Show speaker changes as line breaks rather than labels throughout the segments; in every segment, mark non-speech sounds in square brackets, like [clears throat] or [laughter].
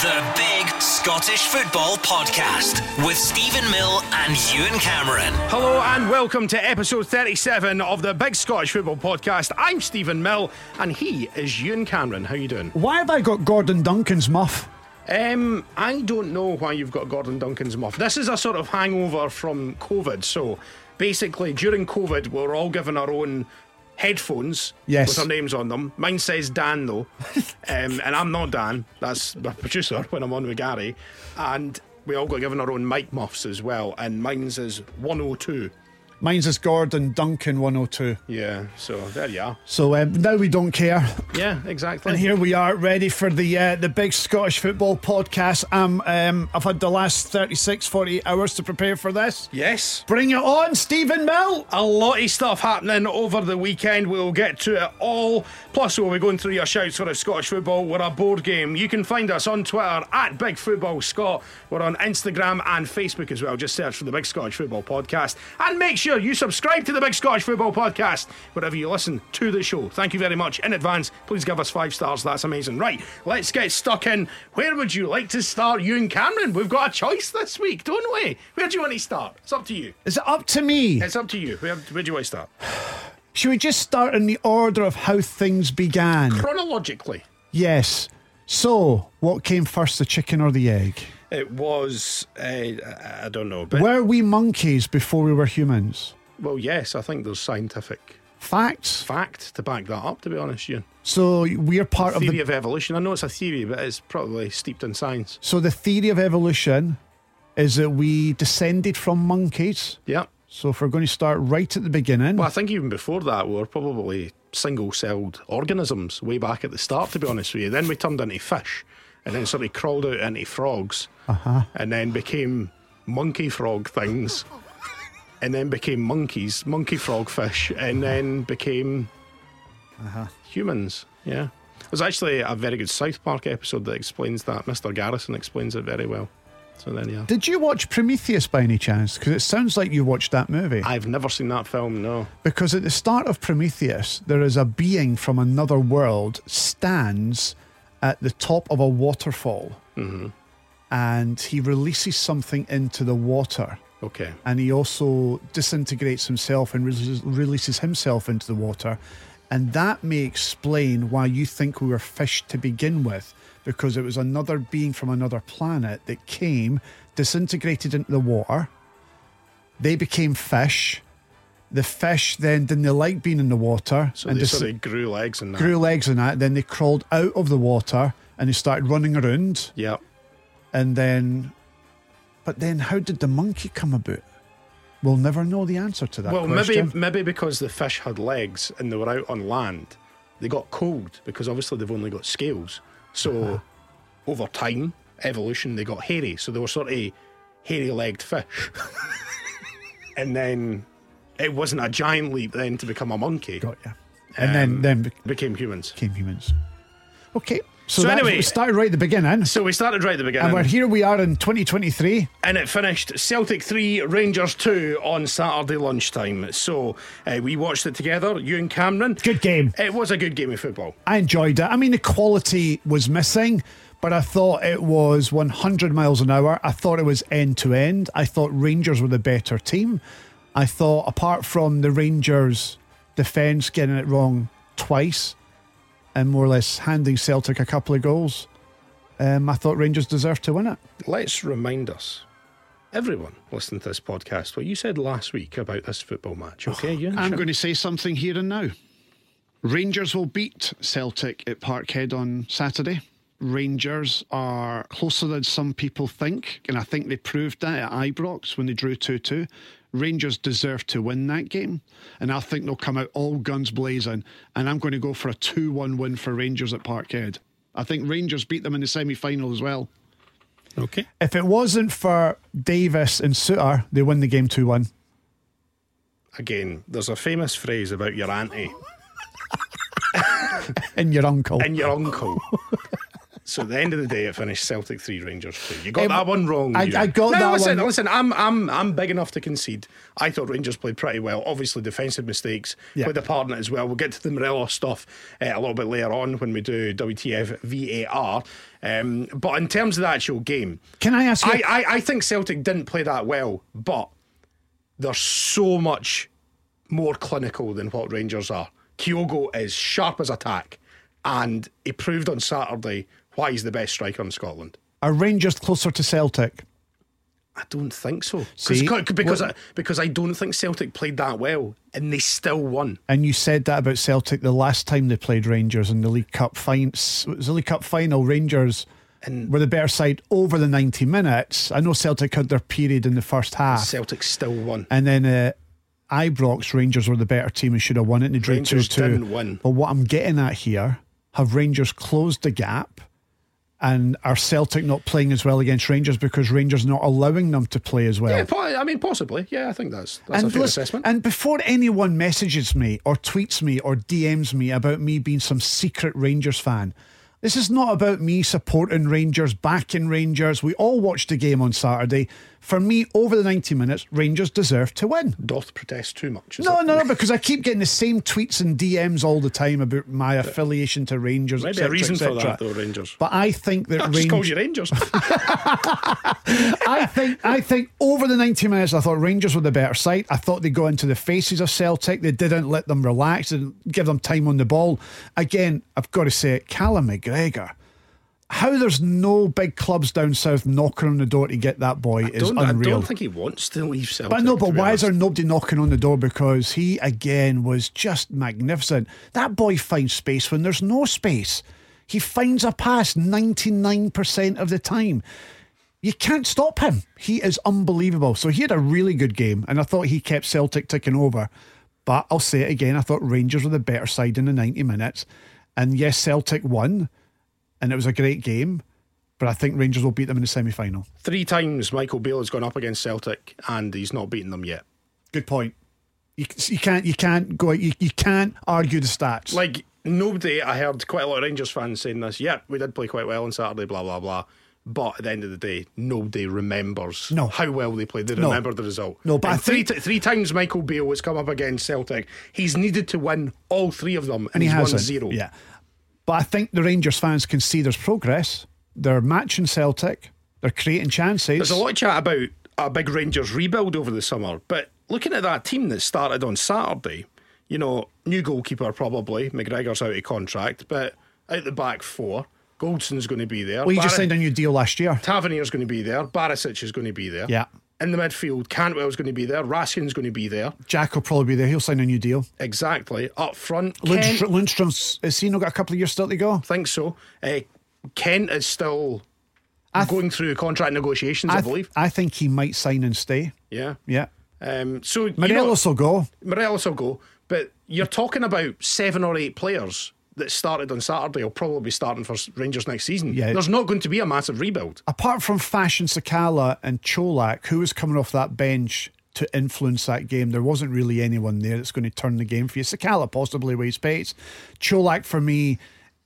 The Big Scottish Football Podcast with Stephen Mill and Ewan Cameron.
Hello and welcome to episode 37 of the Big Scottish Football Podcast. I'm Stephen Mill and he is Ewan Cameron. How you doing?
Why have I got Gordon Duncan's muff?
Um, I don't know why you've got Gordon Duncan's muff. This is a sort of hangover from COVID. So basically, during COVID, we we're all given our own headphones
Yes.
with our names on them. Mine says Dan [laughs] though, um, and I'm not Dan. That's my producer [laughs] when I'm on with Gary, and we all got given our own mic muffs as well. And mine says 102.
Mine's is Gordon Duncan 102.
Yeah, so there you are.
So um, now we don't care.
Yeah, exactly.
And here we are, ready for the uh, the big Scottish football podcast. Um, um, I've had the last 36, 48 hours to prepare for this.
yes.
Bring it on, Stephen Mill.
A lot of stuff happening over the weekend. We'll get to it all. Plus, we'll be going through your shouts for a Scottish football. We're a board game. You can find us on Twitter at Big Football Scott. We're on Instagram and Facebook as well. Just search for the Big Scottish Football Podcast. And make sure you subscribe to the Big Scottish Football Podcast wherever you listen to the show. Thank you very much in advance. Please give us five stars. That's amazing. Right, let's get stuck in. Where would you like to start, you and Cameron? We've got a choice this week, don't we? Where do you want to start? It's up to you.
Is it up to me?
It's up to you. Where, where do you want to start?
Should we just start in the order of how things began?
Chronologically,
Yes. So, what came first, the chicken or the egg?
it was, uh, I- I don't know, but
Were we monkeys before we were humans?
well, yes, I think there's scientific
Facts.
fact to back that up, to be honest, Ian.
So, we're part of the
Theory of evolution. I know it's a theory, but it's probably steeped in science.
So the theory of evolution is that we descended from monkeys.
Yeah.
So if we're going to start right at the beginning,
Well, I think even before that, we were probably single celled organisms way back at the start, to be honest with you. Then we turned into fish and then sort of crawled out into frogs
Uh-huh.
and then became monkey frog
[laughs]
things and then became monkeys, monkey frog fish, and
Uh-huh.
then became humans. Yeah. There's actually a very good South Park episode that explains that. Mr. Garrison explains it very well. So then, yeah.
did you watch Prometheus by any chance? Because it sounds like you watched that movie.
I've never seen that film, no.
Because at the start of Prometheus, there is a being from another world stands at the top of a waterfall, and he releases something into the water.
Okay.
and he also disintegrates himself and releases, releases himself into the water. And that may explain why you think we were fish to begin with, because it was another being from another planet that came, disintegrated into the water. They became fish. The fish then didn't they like being in the water
So
and
they
dis-
sort of grew legs and that.
grew legs and that. Then they crawled out of the water and they started running around.
Yeah.
And then, but then how did the monkey come about? We'll never know the answer to that
Well,
question.
maybe maybe because the fish had legs and they were out on land, they got cold because obviously they've only got scales. So
Uh-huh.
over time, evolution, they got hairy. So they were sort of hairy-legged fish.
[laughs]
and then it wasn't a giant leap then to become a monkey.
Got you. And
Um,
then, then be-
Became humans.
became humans. Okay. So,
So
that's
anyway- Um,
we started right at the beginning.
So we started right at the beginning.
And we're here we are in 2023.
and it finished Celtic 3, Rangers 2 on Saturday lunchtime. So uh, we watched it together, you and Cameron.
Good game.
It was a good game of football.
I enjoyed it. I mean, the quality was missing, but I thought it was 100 miles an hour. I thought it was end to end. I thought Rangers were the better team. I thought, apart from the Rangers defence getting it wrong twice and more or less handing Celtic a couple of goals, um, I thought Rangers deserved to win it.
Let's remind us, everyone listening to this podcast, what you said last week about this football match,
Oh,
okay? Ewan?
I'm going to say something here and now. Rangers will beat Celtic at Parkhead on Saturday. Rangers are closer than some people think, and I think they proved that at Ibrox when they drew 2 2. Rangers deserve to win that game, and I think they'll come out all guns blazing. And I'm going to go for a 2 1 win for Rangers at Parkhead. I think Rangers beat them in the semi final as well.
okay.
If it wasn't for Davis and Suter, they win the game 2 1.
Again, there's a famous phrase about your auntie
And your uncle. [laughs]
and your uncle. So at the end of the day, it finished Celtic three, Rangers two. You got
Um,
that one wrong.
I-
you.
I got
no,
that
listen,
one-
Listen, I'm I'm I'm big enough to concede. I thought Rangers played pretty well. Obviously, defensive mistakes
Yeah.
with the partner as well. We'll get to the Morelos stuff uh, a little bit later on when we do WTF VAR. Um, but in terms of the actual game,
Can I ask you?
I, I, I think Celtic didn't play that well, but they're so much more clinical than what Rangers are. Kyogo is sharp as a tack, and he proved on Saturday why he's the best striker in Scotland.
are Rangers closer to Celtic?
I don't think so. 'Cause-
See?
c- because I, because I don't think Celtic played that well, and they still won.
And you said that about Celtic the last time they played Rangers in the League Cup final. It was the League Cup final. Rangers were the better side over the 90 minutes. I know Celtic had their period in the first half.
Celtic still won.
And then uh, Ibrox, Rangers were the better team and should have won it. And they drew
Rangers
2
didn't win.
But what I'm getting at here, have Rangers closed the gap? And are Celtic not playing as well against Rangers because Rangers not allowing them to play as well?
Yeah, po- I mean, possibly. Yeah, I think that's that's a fair
listen-
assessment.
and before anyone messages me or tweets me or DMs me about me being some secret Rangers fan, this is not about me supporting Rangers, backing Rangers. We all watched the game on Saturday. For me, over the 90 minutes, Rangers deserve to win.
Doth protest too much. is
No,
it?
no, no, because I keep getting the same tweets and DMs all the time about my affiliation to Rangers.
Maybe
etc.,
a reason for
etc..
that though, Rangers.
But I think that
I
Rangers.
[laughs] just called you Rangers.
[laughs] I think I think over the 90 minutes, I thought Rangers were the better side. I thought they go into the faces of Celtic. They didn't let them relax and give them time on the ball. Again, I've got to say it, Callum McGregor. How there's no big clubs down south knocking on the door to get that boy is
don't, I
unreal.
don't think he wants to leave Celtic.
But no, but
to be
why
honest.
is there nobody knocking on the door? Because he again was just magnificent. That boy finds space when there's no space. He finds a pass 99% of the time. You can't stop him. He is unbelievable. So he had a really good game, and I thought he kept Celtic ticking over. But I'll say it again, I thought Rangers were the better side in the 90 minutes. And yes, Celtic won, and it was a great game. But I think Rangers will beat them in the semi final.
Three times Michael Beale has gone up against Celtic and he's not beaten them yet.
Good point. You, you can't you can't go you, you can't argue the stats.
Like, nobody, I heard quite a lot of Rangers fans saying this. Yeah, we did play quite well on Saturday, blah, blah, blah. But at the end of the day, nobody remembers
No.
how well they played. They
No.
remember the result.
No, but
And
I
three,
think-
t- three times Michael Beale has come up against Celtic. He's needed to win all three of them, and,
and he
he's
has
won zero.
Yeah, but I think the Rangers fans can see there's progress. They're matching Celtic. They're creating chances.
There's a lot of chat about a big Rangers rebuild over the summer, but looking at that team that started on Saturday, you know, new goalkeeper probably, McGregor's out of contract, but out the back four, Goldson's going to be there.
Well, you just
Barra-
signed a new deal last year.
Tavernier's going to be there, Barisic is going to be there.
Yeah.
In the midfield, Cantwell's going to be there, Raskin's going to be there.
Jack will probably be there. He'll sign a new deal.
Exactly. Up front, Kent,
Lundstrom, Lundstrom's has he not got a couple of years still to go?
think so. Uh, Kent is still going through contract negotiations, I,
th-
believe.
I think he might sign and stay.
Yeah.
Yeah,
Um, so you know-
Morelos will go.
Morelos will go, but you're talking about seven or eight players that started on Saturday will probably be starting for Rangers next season.
Yeah.
There's not going to be a massive rebuild.
apart from Fashion Sakala and Cholak, who was coming off that bench to influence that game, there wasn't really anyone there that's going to turn the game for you. Sakala possibly weighs pace. Cholak for me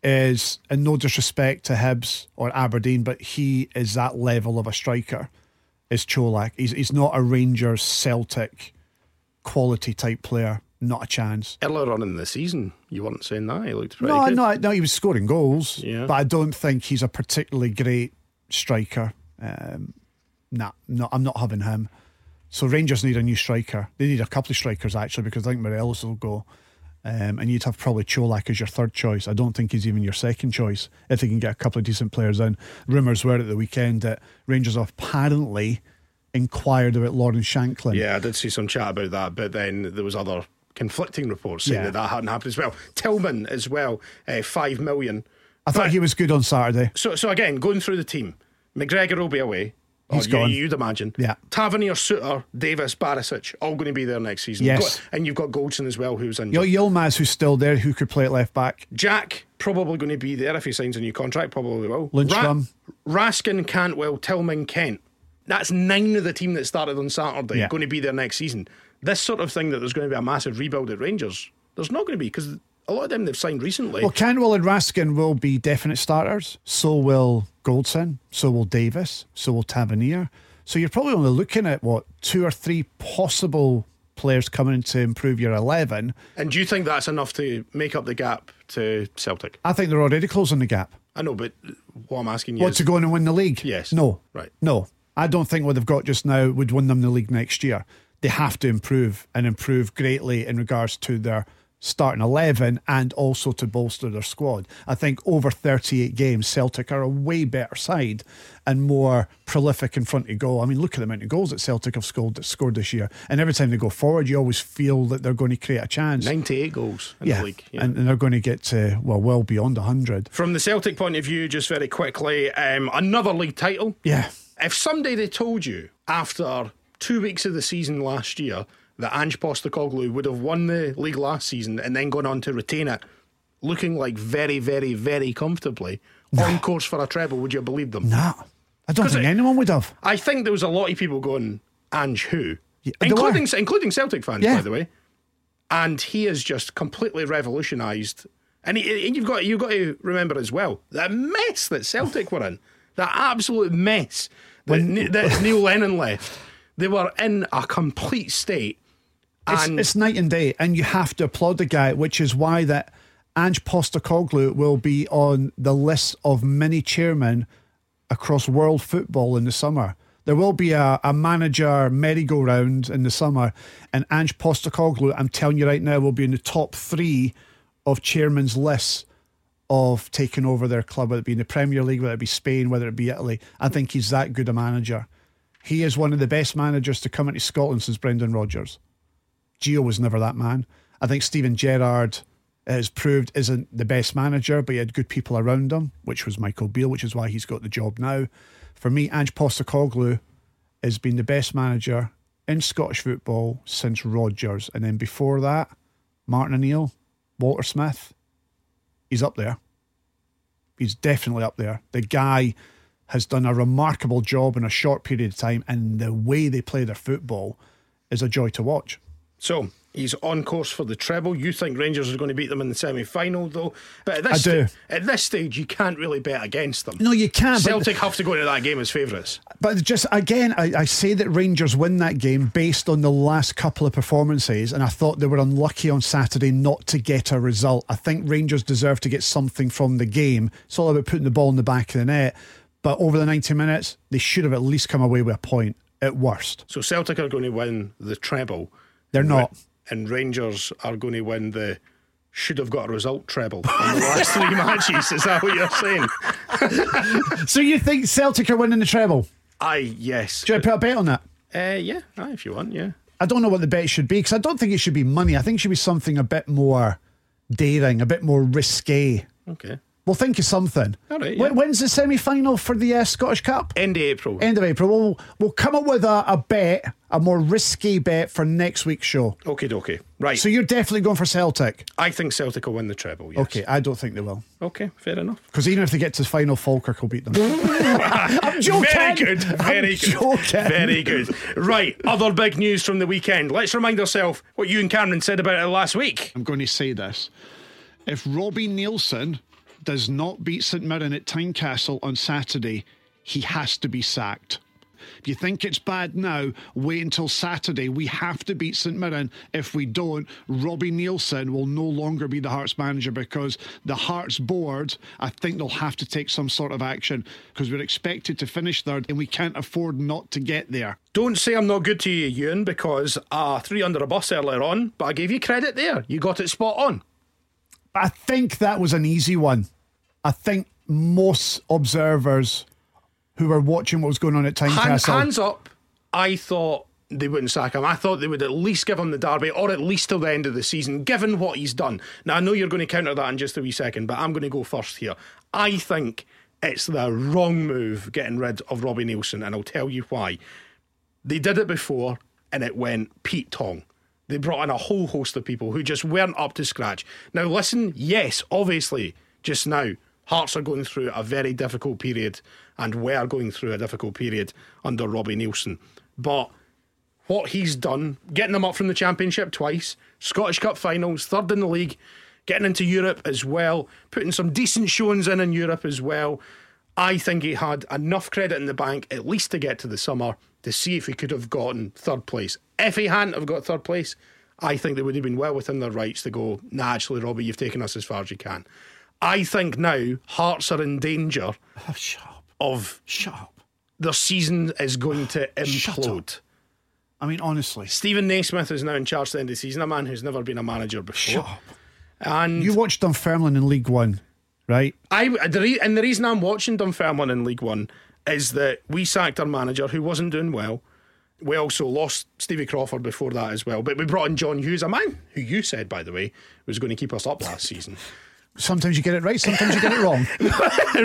is, and no disrespect to Hibs or Aberdeen, but he is that level of a striker. Is Cholak? He's he's not a Rangers Celtic quality type player. Not a chance.
Earlier on in the season, you weren't saying that. He looked pretty
No,
good.
no, no. He was scoring goals,
Yeah.
but I don't think he's a particularly great striker. Um, nah, no, I'm not having him. So Rangers need a new striker. They need a couple of strikers actually because I think Morelos will go, um, and you'd have probably Cholak as your third choice. I don't think he's even your second choice if they can get a couple of decent players in. Rumours were at the weekend that Rangers have apparently inquired about Lauren Shanklin.
Yeah, I did see some chat about that, but then there was other conflicting reports saying
Yeah.
that that hadn't happened as well. Tillman as well, uh, five million.
I thought he was good on Saturday.
So, so again, going through the team, McGregor will be away. Or
He's
you,
gone.
You'd imagine.
Yeah.
Tavernier, Suter, Davis, Barisic, all going to be there next season.
Yes.
Go- and you've got Goldson as well, who's injured.
Yo- Yilmaz, who's still there, who could play at left back.
Jack probably going to be there if he signs a new contract. Probably will.
Lindstrom.
Raskin, Cantwell, Tillman, Kent. That's nine of the team that started on Saturday
Yeah.
going to be there next season. This sort of thing that there's going to be a massive rebuild at Rangers. There's not going to be because a lot of them they've signed recently.
Well, Canwell and Raskin will be definite starters. So will Goldson. So will Davis. So will Tavernier. So you're probably only looking at what two or three possible players coming in to improve your eleven.
And do you think that's enough to make up the gap to Celtic?
I think they're already closing the gap.
I know, but what I'm asking you
What
is,
to go on and win the league?
Yes.
No.
Right.
No. I don't think what they've got just now would win them the league next year. They have to improve and improve greatly in regards to their starting 11 and also to bolster their squad. I think over 38 games, Celtic are a way better side and more prolific in front of goal. I mean, look at the amount of goals that Celtic have scored, scored this year. And every time they go forward, you always feel that they're going to create a chance.
98 goals in
yeah.
the league. yeah.
And, and they're going to get to, well, well beyond 100.
From the Celtic point of view, just very quickly, um, another league title.
Yeah.
If someday they told you after two weeks of the season last year that Ange Postacoglu would have won the league last season and then gone on to retain it, looking like very, very, very comfortably on course for a treble, would you have believed them?
Nah. I don't think
it-
anyone would have.
I think there was a lot of people going, Ange who?
there
including including Celtic fans,
Yeah.
by the way. And he has just completely revolutionised. And, he, and you've got you've got to remember as well that mess that Celtic were in, that absolute mess that, Ne- that [laughs] Neil Lennon left. They were in a complete state.
It's,
And
it's night and day, and you have to applaud the guy, which is why that Ange Postacoglu will be on the list of many chairmen across world football in the summer. There will be a, a manager merry-go-round in the summer, and Ange Postacoglu, I'm telling you right now, will be in the top three of chairman's lists of taking over their club, whether it be in the Premier League, whether it be Spain, whether it be Italy. I think he's that good a manager. He is one of the best managers to come into Scotland since Brendan Rodgers. Gio was never that man. I think Steven Gerrard has proved isn't the best manager, but he had good people around him, which was Michael Beale, which is why he's got the job now. For me, Ange Postacoglu has been the best manager in Scottish football since Rodgers, and then before that, Martin O'Neill, Walter Smith. He's up there. He's definitely up there. The guy has done a remarkable job in a short period of time, and the way they play their football is a joy to watch.
so he's on course for the treble. You think Rangers are going to beat them in the semi final, though? But at
I
this
do.
sta- at this stage, you can't really bet against them.
No, you can't. but-
Celtic have to go into that game as favourites.
But just again, I, I say that Rangers win that game based on the last couple of performances, and I thought they were unlucky on Saturday not to get a result. I think Rangers deserve to get something from the game. It's all about putting the ball in the back of the net. But over the 90 minutes, they should have at least come away with a point at worst.
So Celtic are going to win the treble.
They're not.
And Rangers are going to win the should have got a result treble in the last three [laughs] matches. Is that what you're saying?
So you think Celtic are winning the treble?
Aye, yes.
Should I put a bet on that?
Uh, yeah, aye, if you want, yeah.
I don't know what the bet should be because I don't think it should be money. I think it should be something a bit more daring, a bit more risque.
Okay.
We'll think of something.
All right,
Wh-
yeah.
When's the semi final for the uh, Scottish Cup?
End of April.
End of April. We'll, we'll come up with a, a bet, a more risky bet for next week's show.
okay, dokie. Right.
So you're definitely going for Celtic.
I think Celtic will win the treble, yes.
Okay, I don't think they will.
Okay, fair enough.
Because even if they get to the final, Falkirk will beat [laughs] them. I'm joking.
Very good.
I'm
Very good.
joking.
Very good. Right. Other big news from the weekend. Let's remind ourselves what you and Cameron said about it last week.
I'm going to say this. If Robbie Nielsen does not beat St Mirren at Tynecastle on Saturday, he has to be sacked. If you think it's bad now, wait until Saturday. We have to beat St Mirren. If we don't, Robbie Nielsen will no longer be the Hearts manager because the Hearts board, I think they'll have to take some sort of action because we're expected to finish third and we can't afford not to get there.
Don't say I'm not good to you, Ewan, because uh, three under a bus earlier on, but I gave you credit there. You got it spot on.
But I think that was an easy one. I think most observers who were watching what was going on at
Hand,
Tynecastle.
hands up, I thought they wouldn't sack him. I thought they would at least give him the derby or at least till the end of the season, given what he's done. Now, I know you're going to counter that in just a wee second, but I'm going to go first here. I think it's the wrong move getting rid of Robbie Nielsen, and I'll tell you why. They did it before and it went Pete Tong. They brought in a whole host of people who just weren't up to scratch. Now, listen, yes, obviously, just now, Hearts are going through a very difficult period and were going through a difficult period under Robbie Nielsen. But what he's done, getting them up from the Championship twice, Scottish Cup finals, third in the league, getting into Europe as well, putting some decent showings in in Europe as well. I think he had enough credit in the bank, at least to get to the summer, to see if he could have gotten third place. If he hadn't have got third place, I think they would have been well within their rights to go, nah, actually, Robbie, you've taken us as far as you can. I think now Hearts are in danger
Oh, shut up.
of
Shut up.
their season is going to
Shut
implode.
I mean, honestly.
Stephen Naismith is now in charge at the end of the season, a man who's never been a manager before.
Shut up.
And
You watched Dunfermline in League One, right?
I the re- and the reason I'm watching Dunfermline in League One is that we sacked our manager who wasn't doing well. We also lost Stevie Crawford before that as well, but we brought in John Hughes, a man who you said, by the way, was going to keep us up last season,
Sometimes you get it right, sometimes you get it wrong.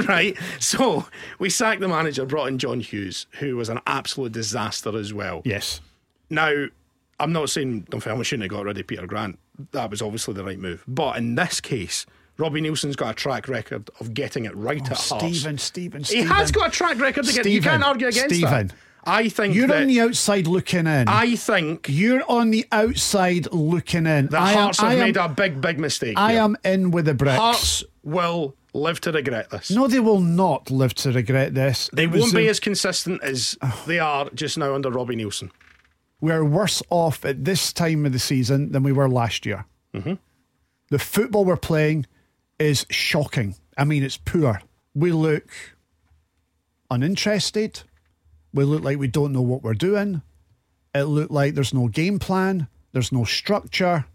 [laughs] right? So we sacked the manager, brought in John Hughes, who was an absolute disaster as well.
Yes.
Now, I'm not saying Dunfermline shouldn't have got rid of Peter Grant. That was obviously the right move, but in this case, Robbie Nielsen's got a track record of getting it right
Oh,
at Hearts.
[laughs] Stephen, Stephen,
He
Stephen.
has got a track record to get. You
Stephen.
can't argue against
Stephen.
that. I think
You're
that,
on the outside looking in.
I think
You're on the outside looking in.
that
I am-
Hearts
I
have
am-
made a big, big mistake.
I
here.
am in with the bricks.
Hearts will live to regret this.
No, they will not live to regret this.
they
It was
won't be
the-
as consistent as they are just now under Robbie Nielsen.
We're worse off at this time of the season than we were last year. The football we're playing is shocking. I mean, it's poor. We look uninterested. We look like we don't know what we're doing. It looked like there's no game plan, there's no structure.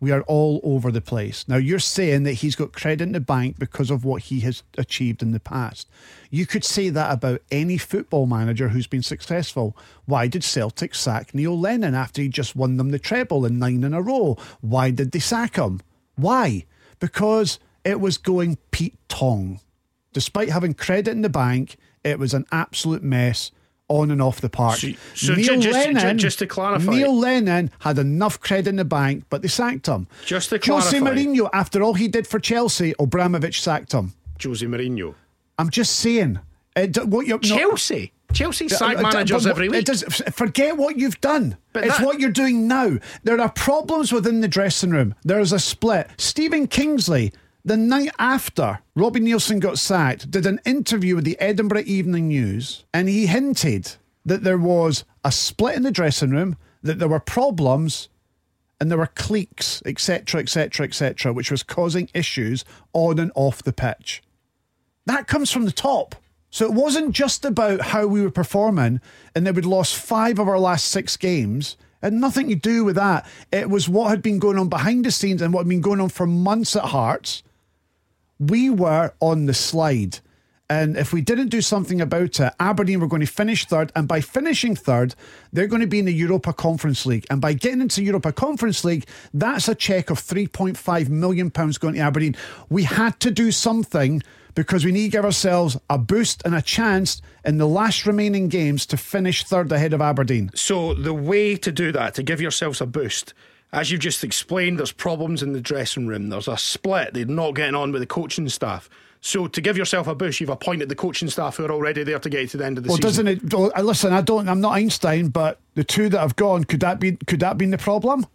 We are all over the place. Now, you're saying that he's got credit in the bank because of what he has achieved in the past. You could say that about any football manager who's been successful. Why did Celtic sack Neil Lennon after he just won them the treble and nine in a row? Why did they sack him? Why? Because it was going Pete Tong. Despite having credit in the bank, it was an absolute mess on and off the park.
So- so ju- just- ju- just to clarify-
Neil Lennon had enough credit in the bank, but they sacked him.
Just to
Jose
clarify-
Mourinho, after all he did for Chelsea, Obramovich sacked him.
Jose Mourinho,
I'm just saying. It, d- what you're, no-
Chelsea, Chelsea sack
it- it-
managers
uh, but
every
what-
week.
It does, f- forget what you've done.
But
it's
that-
what you're doing now. There are problems within the dressing room. There is a split. Stephen Kingsley, the night after Robbie Nielsen got sacked, did an interview with the Edinburgh Evening News, and he hinted that there was a split in the dressing room, that there were problems, and there were cliques, etc., etc., etc., which was causing issues on and off the pitch. That comes from the top. So it wasn't just about how we were performing and that we'd lost five of our last six games. It had nothing to do with that. It was what had been going on behind the scenes and what had been going on for months at Hearts. We were on the slide. And if we didn't do something about it, Aberdeen were going to finish third. And by finishing third, they're going to be in the Europa Conference League. And by getting into Europa Conference League, that's a cheque of £3.5 million going to Aberdeen. We had to do something because we need to give ourselves a boost and a chance in the last remaining games to finish third ahead of Aberdeen.
So the way to do that, to give yourselves a boost, as you've just explained, there's problems in the dressing room. There's a split. They're not getting on with the coaching staff. So to give yourself a boost, you've appointed the coaching staff who are already there to get you to the end of the
Well,
season.
doesn't it? well, uh, Listen, I don't. I'm not Einstein, but the two that have gone could that be? Could that been the problem?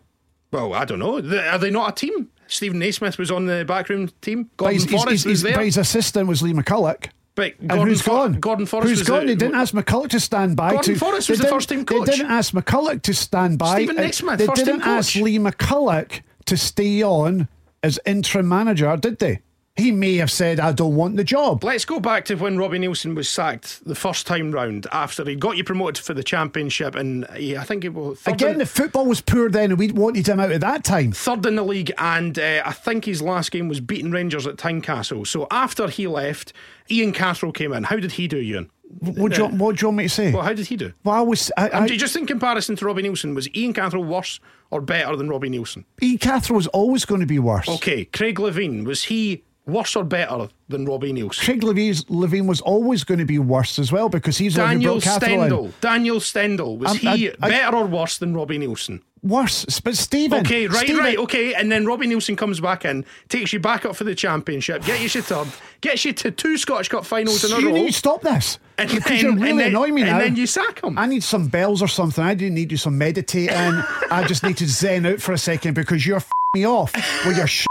Well, I don't know. Th- Are they not a team? Stephen Naismith was on the backroom team.
But
Gordon
his, his-
Forrest
his-
was
his-
there.
but his assistant was Lee McCulloch.
but Gordon
And who's
For-
gone?
Gordon Forrest
Who's
was
gone?
the-
they didn't ask McCulloch to stand by.
Gordon
to,
Forrest
they
was the
didn't-
first-team coach.
They didn't ask McCulloch to stand by.
Stephen
and
Naismith,
They
first-team
didn't ask
coach.
Lee McCulloch to stay on as interim manager, did they? He may have said, "I don't want the job."
Let's go back to when Robbie Nielsen was sacked the first time round after he got you promoted for the championship, and he, I think it was third
Again,
in-
the football was poor then, and we wanted him out at that time.
third in the league, and uh, I think his last game was beating Rangers at Tynecastle. So after he left, Ian Cathro came in. How did he do, Ian?
What do you, what do you want me to say?
Well, how did he do?
Well, I was. I, I,
And just in comparison to Robbie Nielsen, was Ian Cathro worse or better than Robbie Nielsen?
Ian Cathro was always going to be worse.
Okay, Craig Levine, was he worse or better than Robbie Nielsen?
Craig Levine's, Levine was always going to be worse as well because he's the one who
Daniel
brought Cathro in.
Stendel. Daniel Stendel, was
I'm-
he
I- I-
better or worse than Robbie Nielsen?
Worse, but Stephen.
Okay, right,
Stephen,
right, okay. And then Robbie Nielsen comes back in, takes you back up for the championship, gets you to third, gets you to two Scottish Cup finals in a
you
row.
need to stop this
And
because
then-
you're
and
really
then-
annoying me
and
now.
then you sack 'em.
I need some bells or something. I didn't need to do some meditating. I just need to zen out for a second because you're f- me off with your shit.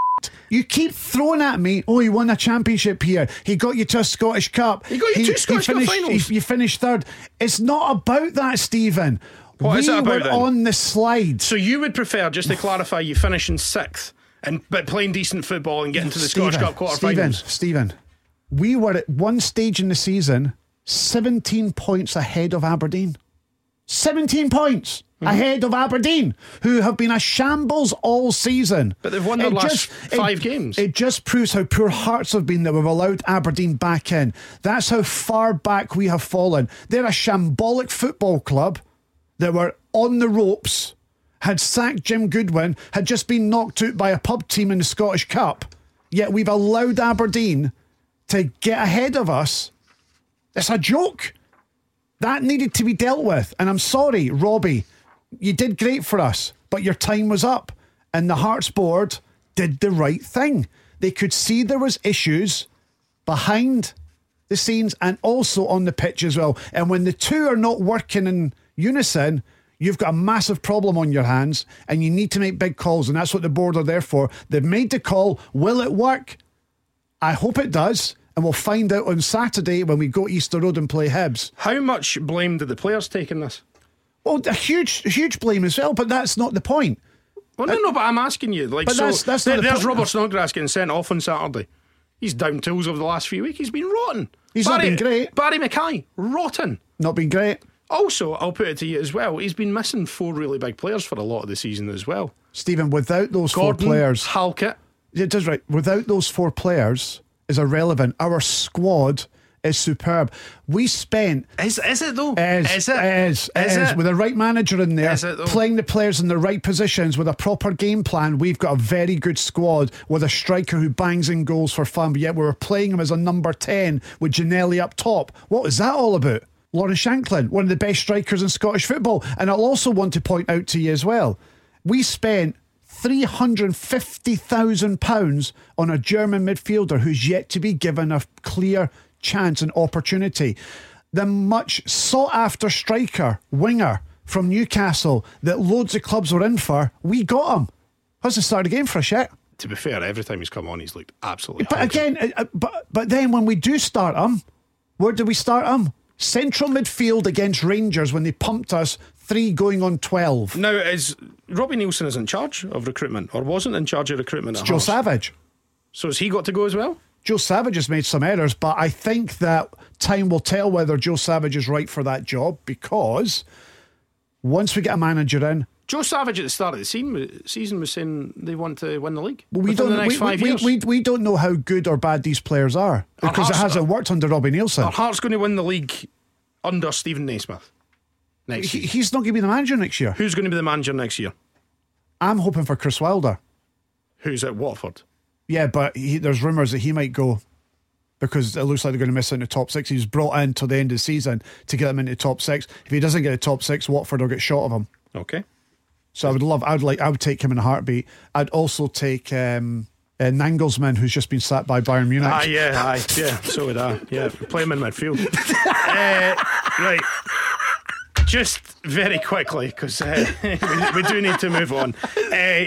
You keep throwing at me. Oh, he won a championship here. He got you to a Scottish Cup.
He got you two Scottish Cup
finished,
finals.
he- you finished third. It's not about that, Stephen.
What
we
is it about
were
then?
on the slide.
So you would prefer, just to clarify, you finishing sixth and but playing decent football and getting to the Scottish Cup
Stephen,
quarterfinals.
Stephen, we were at one stage in the season 17 points ahead of Aberdeen. 17 points
Hmm.
ahead of Aberdeen, who have been a shambles all season.
But they've won their last five games.
It just proves how poor hearts have been that we've allowed Aberdeen back in. That's how far back we have fallen. They're a shambolic football club that were on the ropes, had sacked Jim Goodwin, had just been knocked out by a pub team in the Scottish Cup, yet we've allowed Aberdeen to get ahead of us. It's a joke. That needed to be dealt with. And I'm sorry, Robbie, you did great for us, but your time was up. And the Hearts board did the right thing. They could see there was issues behind the scenes and also on the pitch as well. And when the two are not working in unison, you've got a massive problem on your hands and you need to make big calls. And that's what the board are there for. They've made the call. Will it work? I hope it does. And we'll find out on Saturday when we go to Easter Road and play Hibs.
How much blame did the players take in this?
Well, a huge, huge blame as well, but that's not the point.
Well, no, no, but I'm asking you. Like,
Uh, But
so
that's- that's not the
there's
point.
Robert Snodgrass getting sent off on Saturday. He's down tools over the last few weeks. He's been rotten.
He's not been great.
Barry McKay, rotten.
Not been great.
Also, I'll put it to you as well. He's been missing four really big players for a lot of the season as well.
Stephen, without those
Gordon,
four players,
Halkett.
it does right. Without those four players is irrelevant. Our squad is superb. We spent
Is, is it though?
Is,
is it?
Is,
Is
is,
it?
With the right manager in there,
Is it though?
playing the players in the right positions with a proper game plan, we've got a very good squad with a striker who bangs in goals for fun, but yet we were playing him as a number 10 with Janelli up top. What was that all about? Lauren Shanklin, one of the best strikers in Scottish football. And I'll also want to point out to you as well, we spent £350,000 on a German midfielder who's yet to be given a clear chance and opportunity. The much sought after striker, winger from Newcastle that loads of clubs were in for, we got him. Hasn't started a game for us yet.
To be fair, every time he's come on, he's looked absolutely.
But
hungry.
again, uh, uh, but, but then when we do start him, where do we start him? Central midfield against Rangers when they pumped us three going on 12.
now is Robbie Nielsen is in charge of recruitment or wasn't in charge of recruitment? At
Joe
Hearts.
Savage.
So has he got to go as well?
Joe Savage has made some errors, but I think that time will tell whether Joe Savage is right for that job because once we get a manager in,
Joe Savage at the start of the season, season was saying they want to win the league
we
within
don't,
the next
we,
five
we,
years.
We, we don't know how good or bad these players are because it
Hearts-
hasn't worked under Robbie Nielsen.
Are Hearts going to win the league under Stephen Naismith next
He-
season?
he's not going to be the manager next year.
Who's going to be the manager next year?
I'm hoping for Chris Wilder.
Who's at Watford?
Yeah, but he, there's rumours that he might go because it looks like they're going to miss out in the top six. He's brought in till the end of the season to get him into the top six. If he doesn't get a top six, Watford will get short of him.
Okay.
So I would love. I'd like. I would take him in a heartbeat. I'd also take um, uh, Nangelsmann, who's just been sacked by Bayern Munich.
Aye, Ah, yeah, aye, yeah. So would I. Yeah, play him in midfield. uh, right. Just very quickly, because uh, we, we do need to move on. Uh,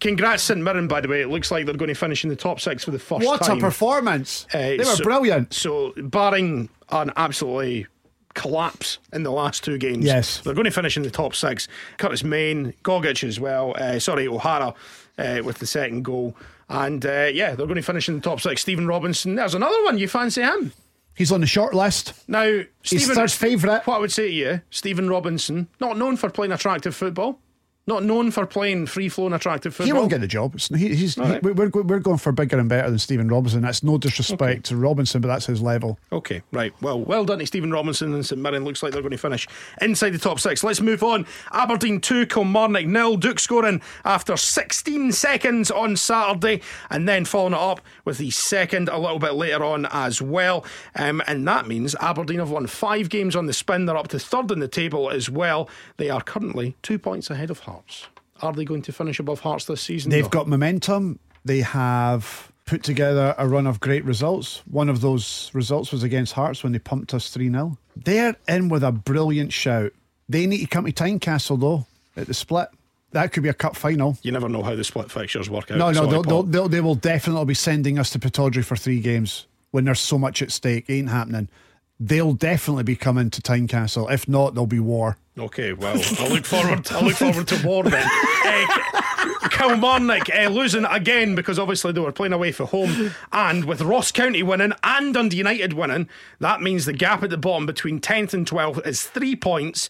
congrats, St Mirren, by the way. It looks like they're going to finish in the top six for the first
what
time.
a performance!
Uh,
they were
so-
brilliant.
So, barring an absolutely collapse in the last two games,
Yes.
they're going to finish in the top six. Curtis Main, Gogic as well. Uh, sorry, O'Hara uh, with the second goal. And uh, yeah, they're going to finish in the top six. Stephen Robinson, there's another one. You fancy him?
He's on the short list.
Now,
He's
Stephen,
third favourite.
what I would say to you, Stephen Robinson, not known for playing attractive football, not known for playing free flowing attractive football.
He won't get the job. It's- He, he's, he-
right.
we're, we're go- we're going for bigger and better than Stephen Robinson. That's no disrespect to Robinson, but that's his level.
Okay, right. Well, well done to Stephen Robinson and St Mirren. Looks like they're going to finish inside the top six. Let's move on. Aberdeen 2, Kilmarnock nil. Duke scoring after 16 seconds on Saturday and then following it up with the second a little bit later on as well. Um, and that means Aberdeen have won five games on the spin. They're up to third in the table as well. They are currently two points ahead of Hearts. Are they going to finish above Hearts this season?
They've
though?
got momentum. They have put together a run of great results. One of those results was against Hearts when they pumped us 3 0. They're in with a brilliant shout. They need to come to Tynecastle, though, at the split. That could be a cup final.
You never know how the split fixtures work out.
No, no,
Sorry,
they'll,
Paul.
they'll, they'll, they will definitely be sending us to Pataudry for three games when there's so much at stake. Ain't happening. They'll definitely be coming to Tynecastle. If not, there'll be war.
Okay, well, I look forward. I look forward to war then. Uh, Kilmarnock uh, losing again because obviously they were playing away for home, and with Ross County winning and Dundee United winning, that means the gap at the bottom between tenth and twelfth is three points.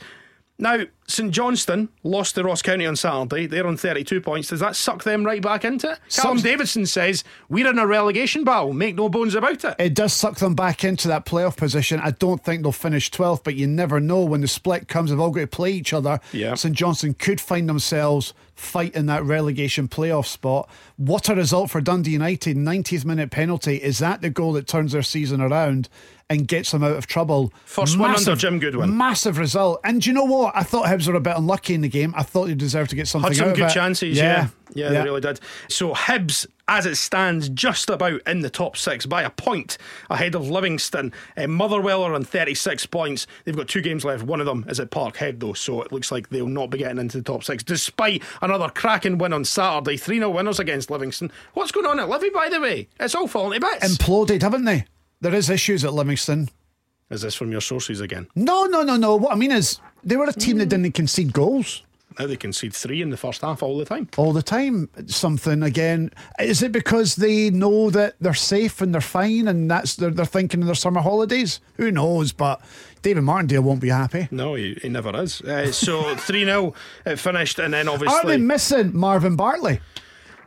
Now St Johnston lost to Ross County on Saturday. They're on thirty-two points. Does that suck them right back into it? Callum
Subs-
Davidson says we're in a relegation battle. Make no bones about it.
It does suck them back into that playoff position. I don't think they'll finish 12th, but you never know when the split comes. They've all got to play each other.
Yeah.
St Johnson could find themselves fighting that relegation playoff spot. What a result for Dundee United. 90th minute penalty. Is that the goal that turns their season around and gets them out of trouble?
First one under Jim Goodwin.
Massive result. And do you know what? I thought Hibs were a bit unlucky in the game. I thought they deserved to get something
Had some
out
good
of it.
chances, yeah. yeah. they really did. So Hibs, as it stands, just about in the top six by a point ahead of Livingston. Uh, Motherwell are on 36 points. They've got two games left. One of them is at Parkhead, though, so it looks like they'll not be getting into the top six, despite another cracking win on Saturday. 3 0 winners against Livingston. What's going on at Livy, by the way? It's all falling to bits.
Imploded, haven't they? There is issues at Livingston.
is this from your sources again?
No, no, no, no. What I mean is, they were a team that
Mm.
didn't concede goals
Now they concede three in the first half all the time.
all the time. Something again. Is it because they know that they're safe and they're fine, and that's they're, they're thinking of their summer holidays? Who knows? But David Martindale won't be happy.
No, he, he never is. Uh, so [laughs] 3 0 it finished, and then obviously.
Are they missing Marvin Bartley?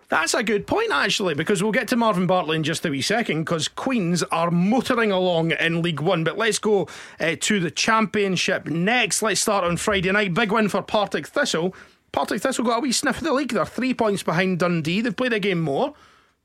That's a good point, actually, because we'll get to Marvin Bartley in just a wee second, because Queens are motoring along in League One. But let's go uh, to the Championship next. Let's start on Friday night. Big win for Partick Thistle. Partick Thistle got a wee sniff of the league. They're three points behind Dundee. They've played a game more.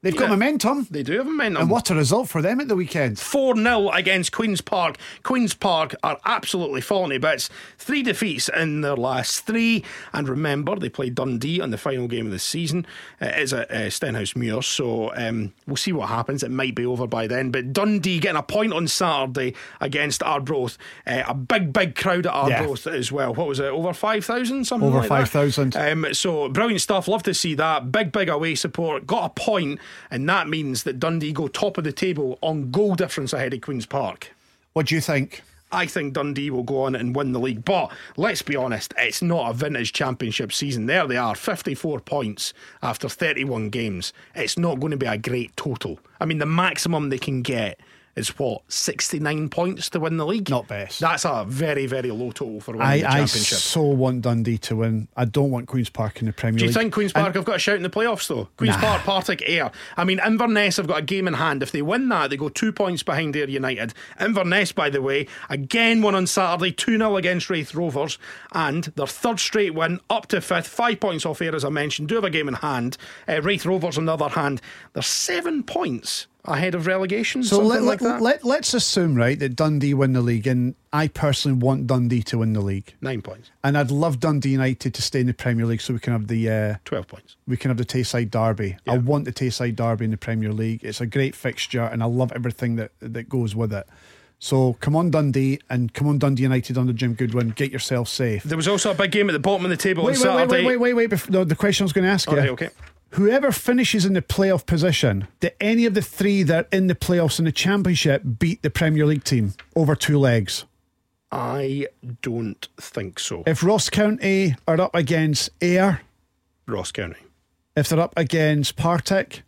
They've got
Yeah.
momentum.
They do have momentum.
And what a result for them at the weekend.
4 0 against Queen's Park. Queen's Park are absolutely falling to bits. Three defeats in their last three. And remember, they played Dundee on the final game of the season. Uh, it's at uh, Stenhouse Muir, so um, we'll see what happens. It might be over by then. But Dundee getting a point on Saturday against Arbroath. Uh, a big, big crowd at
Yeah.
Arbroath as well. What was it? Over 5,000? Something
Over
like that?
5,000.
Um, so brilliant stuff. Love to see that. Big, big away support. Got a point, and that means that Dundee go top of the table on goal difference ahead of Queen's Park.
What do you think?
I think Dundee will go on and win the league. But let's be honest, it's not a vintage championship season. There they are, 54 points after 31 games. It's not going to be a great total. I mean, the maximum they can get is what, 69 points to win the league?
Not best.
That's a very, very low total for winning
I,
the
I
championship.
so want Dundee to win. I don't want Queens Park in the Premier
Do you
League.
think Queen's Park have got a shout in the playoffs, though? Queen's Park, Partick, Ayr. I mean, Inverness have got a game in hand. If they win that, they go two points behind Ayr United. Inverness, by the way, again won on Saturday, 2 0 against Wraith Rovers, and their third straight win, up to fifth, five points off Ayr, as I mentioned, do have a game in hand. Uh, Wraith Rovers, on the other hand, they're seven points ahead of relegation.
So
something
let,
like that.
let, us assume, right, that Dundee win the league, and I personally want Dundee to win the league,
Nine points,
and I'd love Dundee United to stay in the Premier League so we can have the uh,
12 points.
we can have the Tayside Derby. I want the Tayside Derby in the Premier League. It's a great fixture, and I love everything that that goes with it. So come on Dundee, and come on Dundee United under Jim Goodwin. Get yourself safe.
There was also a big game at the bottom of the table
Wait,
on
wait, wait,
Saturday.
wait, wait, wait, wait. bef- no, the question I was going to ask you.
right, Oh, okay.
Whoever finishes in the playoff position, do any of the three that are in the playoffs in the championship beat the Premier League team over two legs?
I don't think so.
If Ross County are up against Ayr,
Ross County.
if they're up against Partick,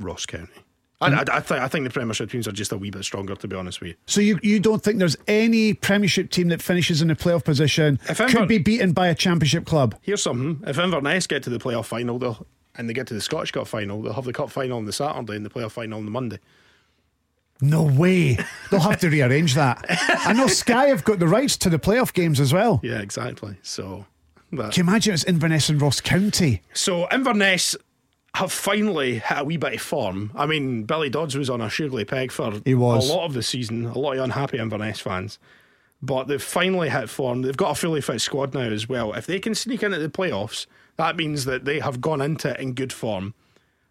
Ross County. I,
Mm.
I, I, think, I think the Premiership teams are just a wee bit stronger, to be honest with you.
so you, you don't think there's any Premiership team that finishes in the playoff position
If I'm
could
not-
be beaten by a Championship club?
Here's something: if Inverness get to the playoff final, they'll and they get to the Scottish Cup final, they'll have the cup final on the Saturday and the playoff final on the Monday.
No way. They'll have to rearrange that. I know Sky have got the rights to the playoff games as well.
Yeah, exactly. So, that.
Can you imagine it's Inverness and Ross County?
so Inverness have finally hit a wee bit of form. I mean, Billy Dodds was on a sugly peg for
He was.
a lot of the season. A lot of unhappy Inverness fans. But they've finally hit form. They've got a fully fit squad now as well. If they can sneak into the playoffs, that means that they have gone into it in good form.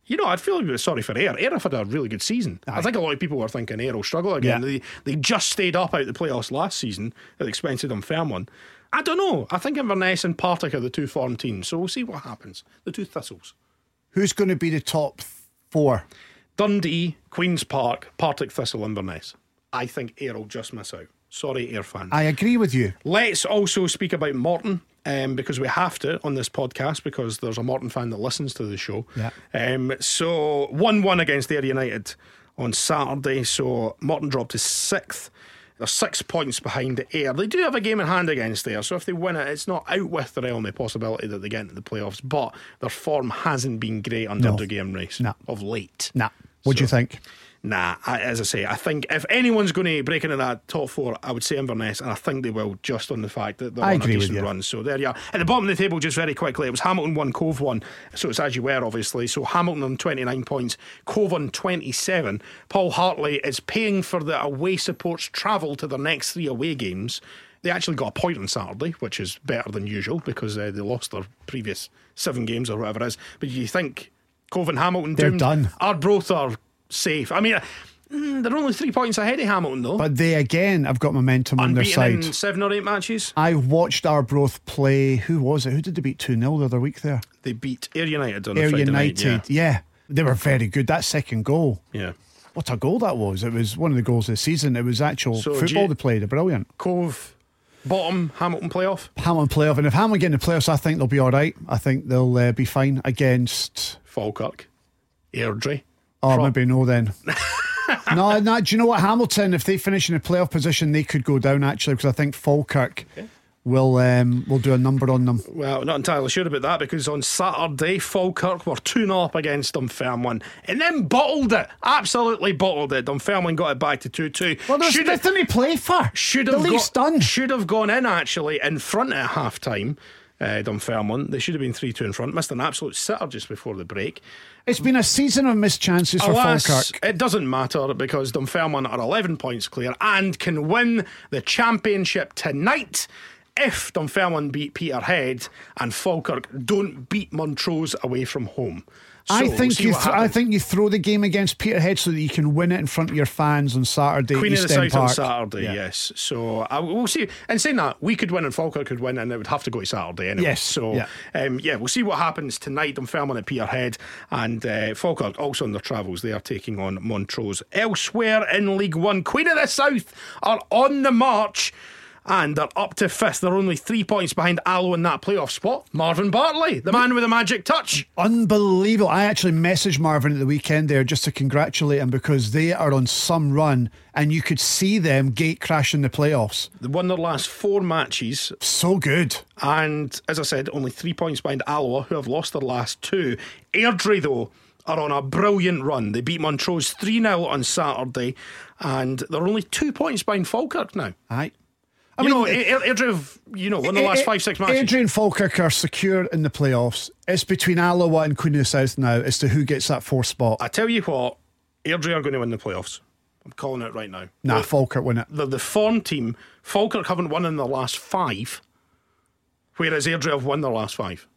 You know, I'd feel a bit sorry for Ayr. Ayr have had a really good season. I think a lot of people were thinking Ayr will struggle again.
Yeah.
They they just stayed up out the playoffs last season at the expense of Dunfermline. I don't know. I think Inverness and Partick are the two form teams, so we'll see what happens. The two thistles.
Who's going to be the top four?
Dundee, Queen's Park, Partick Thistle, Inverness. I think Ayr will just miss out. Sorry, Ayr fans.
I agree with you.
Let's also speak about Morton um, because we have to on this podcast because there's a Morton fan that listens to the show.
Yeah.
Um, so 1 1 against Ayr United on Saturday. So Morton dropped to sixth. They're six points behind Ayr. They do have a game in hand against Ayr, so if they win it, it's not out with the realm of possibility that they get into the playoffs. But their form hasn't been great under
No.
the game race
No.
of late.
Nah. What do you
So-
think?
Nah, I, as I say, I think if anyone's going to break into that top four, I would say Inverness, and I think they will just on the fact that they're
I
on
agree
a
with
decent
you.
run. So there you are. At the bottom of the table, just very quickly, it was Hamilton 1, Cove 1. So it's as you were, obviously. So Hamilton on 29 points, Cove on 27. Paul Hartley is paying for the away support's travel to their next three away games. They actually got a point on Saturday, which is better than usual because uh, they lost their previous seven games or whatever it is. But you think Cove and Hamilton
They're
doomed?
done.
Arbroath are safe. I mean, mm, they're only three points ahead of Hamilton, though.
But they again have got momentum on their
Unbeaten
side.
in seven or eight matches.
I watched Arbroath play. Who was it? Who did they beat 2 0 the other week there?
They beat Air United on a
Air
Friday
United.
night.
yeah. They were very good. That second goal.
Yeah. yeah.
What a goal that was. It was one of the goals of the season. It was actual
So do
football
you-
they played. Brilliant.
Cove, bottom, Hamilton playoff.
Hamilton playoff. And if Hamilton get in the playoffs, I think they'll be all right. I think they'll uh, be fine against.
Falkirk, Airdrie.
Oh,
Pro-
maybe
[laughs]
no then. no, no, do you know what? Hamilton, if they finish in a playoff position, they could go down actually because I think Falkirk will um, will do a number on them.
Well, not entirely sure about that because on Saturday, Falkirk were 2 0 up against Dunfermline and then bottled it. Absolutely bottled it. Dunfermline got it back to 2 2.
Well, there's nothing to play for.
should
the
have
league's
got-
done.
should have gone in actually in front at half time. Uh, Dunfermline, they should have been three two in front. Missed an absolute sitter just before the break.
It's been a season of missed chances for
Alas,
Falkirk.
it doesn't matter because Dunfermline are eleven points clear and can win the championship tonight. If Dunfermline beat Peterhead and Falkirk don't beat Montrose away from home, So
I
we'll
think
see
you.
what
Th- I
happens.
think you throw the game against Peterhead so that you can win it in front of your fans on Saturday.
Queen
East
of the South
End Park.
on Saturday, yes. So I, we'll see. And saying that, we could win and Falkirk could win, and it would have to go to Saturday anyway.
Yes,
So
yeah.
Um, yeah, we'll see what happens tonight. Dunfermline at Peterhead and uh, Falkirk also on their travels. They are taking on Montrose. Elsewhere in League One, Queen of the South are on the march. And they're up to fifth. They're only three points behind Allo in that playoff spot. Marvin Bartley, the man with the magic touch.
Unbelievable. I actually messaged Marvin at the weekend there just to congratulate him because they are on some run and you could see them gate crashing the playoffs.
They won their last four matches.
So good.
And as I said, only three points behind Alloa, who have lost their last two. Airdrie, though, are on a brilliant run. They beat Montrose 3 0 on Saturday, and they're only two points behind Falkirk now.
Aye.
I you know, Air- Airdrie have, you know, won the last five, six matches.
Adrian Falkirk are secure in the playoffs. It's between Alloa and Queen of the South now as to who gets that fourth spot.
I tell you what, Airdrie are going to win the playoffs. I'm calling it right now.
Nah, Falkirk win it.
They're the form team. Falkirk haven't won in their last five, whereas Airdrie have won their last five.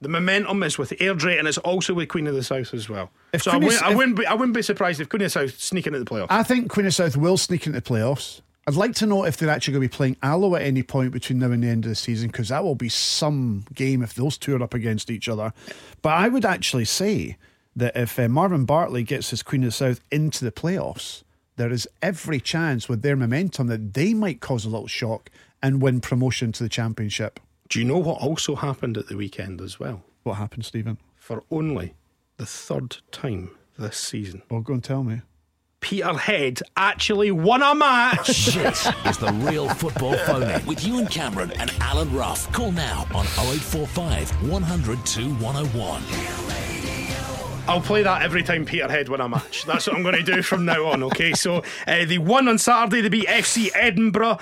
The momentum is with Airdrie and it's also with Queen of the South as well.
If
so I,
Queen of
wouldn't-
the-
I wouldn't be, I wouldn't be surprised if Queen of the South sneak into the playoffs.
I think Queen of South will sneak into the playoffs. I'd like to know if they're actually going to be playing Alloa at any point between now and the end of the season because that will be some game if those two are up against each other. But I would actually say that if uh, Marvin Bartley gets his Queen of the South into the playoffs, there is every chance with their momentum that they might cause a little shock and win promotion to the championship.
Do you know what also happened at the weekend as well?
What happened, Stephen?
For only the third time this season,
Well, go and tell me.
Peterhead actually won a match.
This is the real football phone in with Ewan Cameron and Alan Ruff. Call now on 0845 100 2101.
I'll play that every time Peterhead win a match. That's what I'm going to do from now on, okay? So uh, they won on Saturday. They beat FC Edinburgh.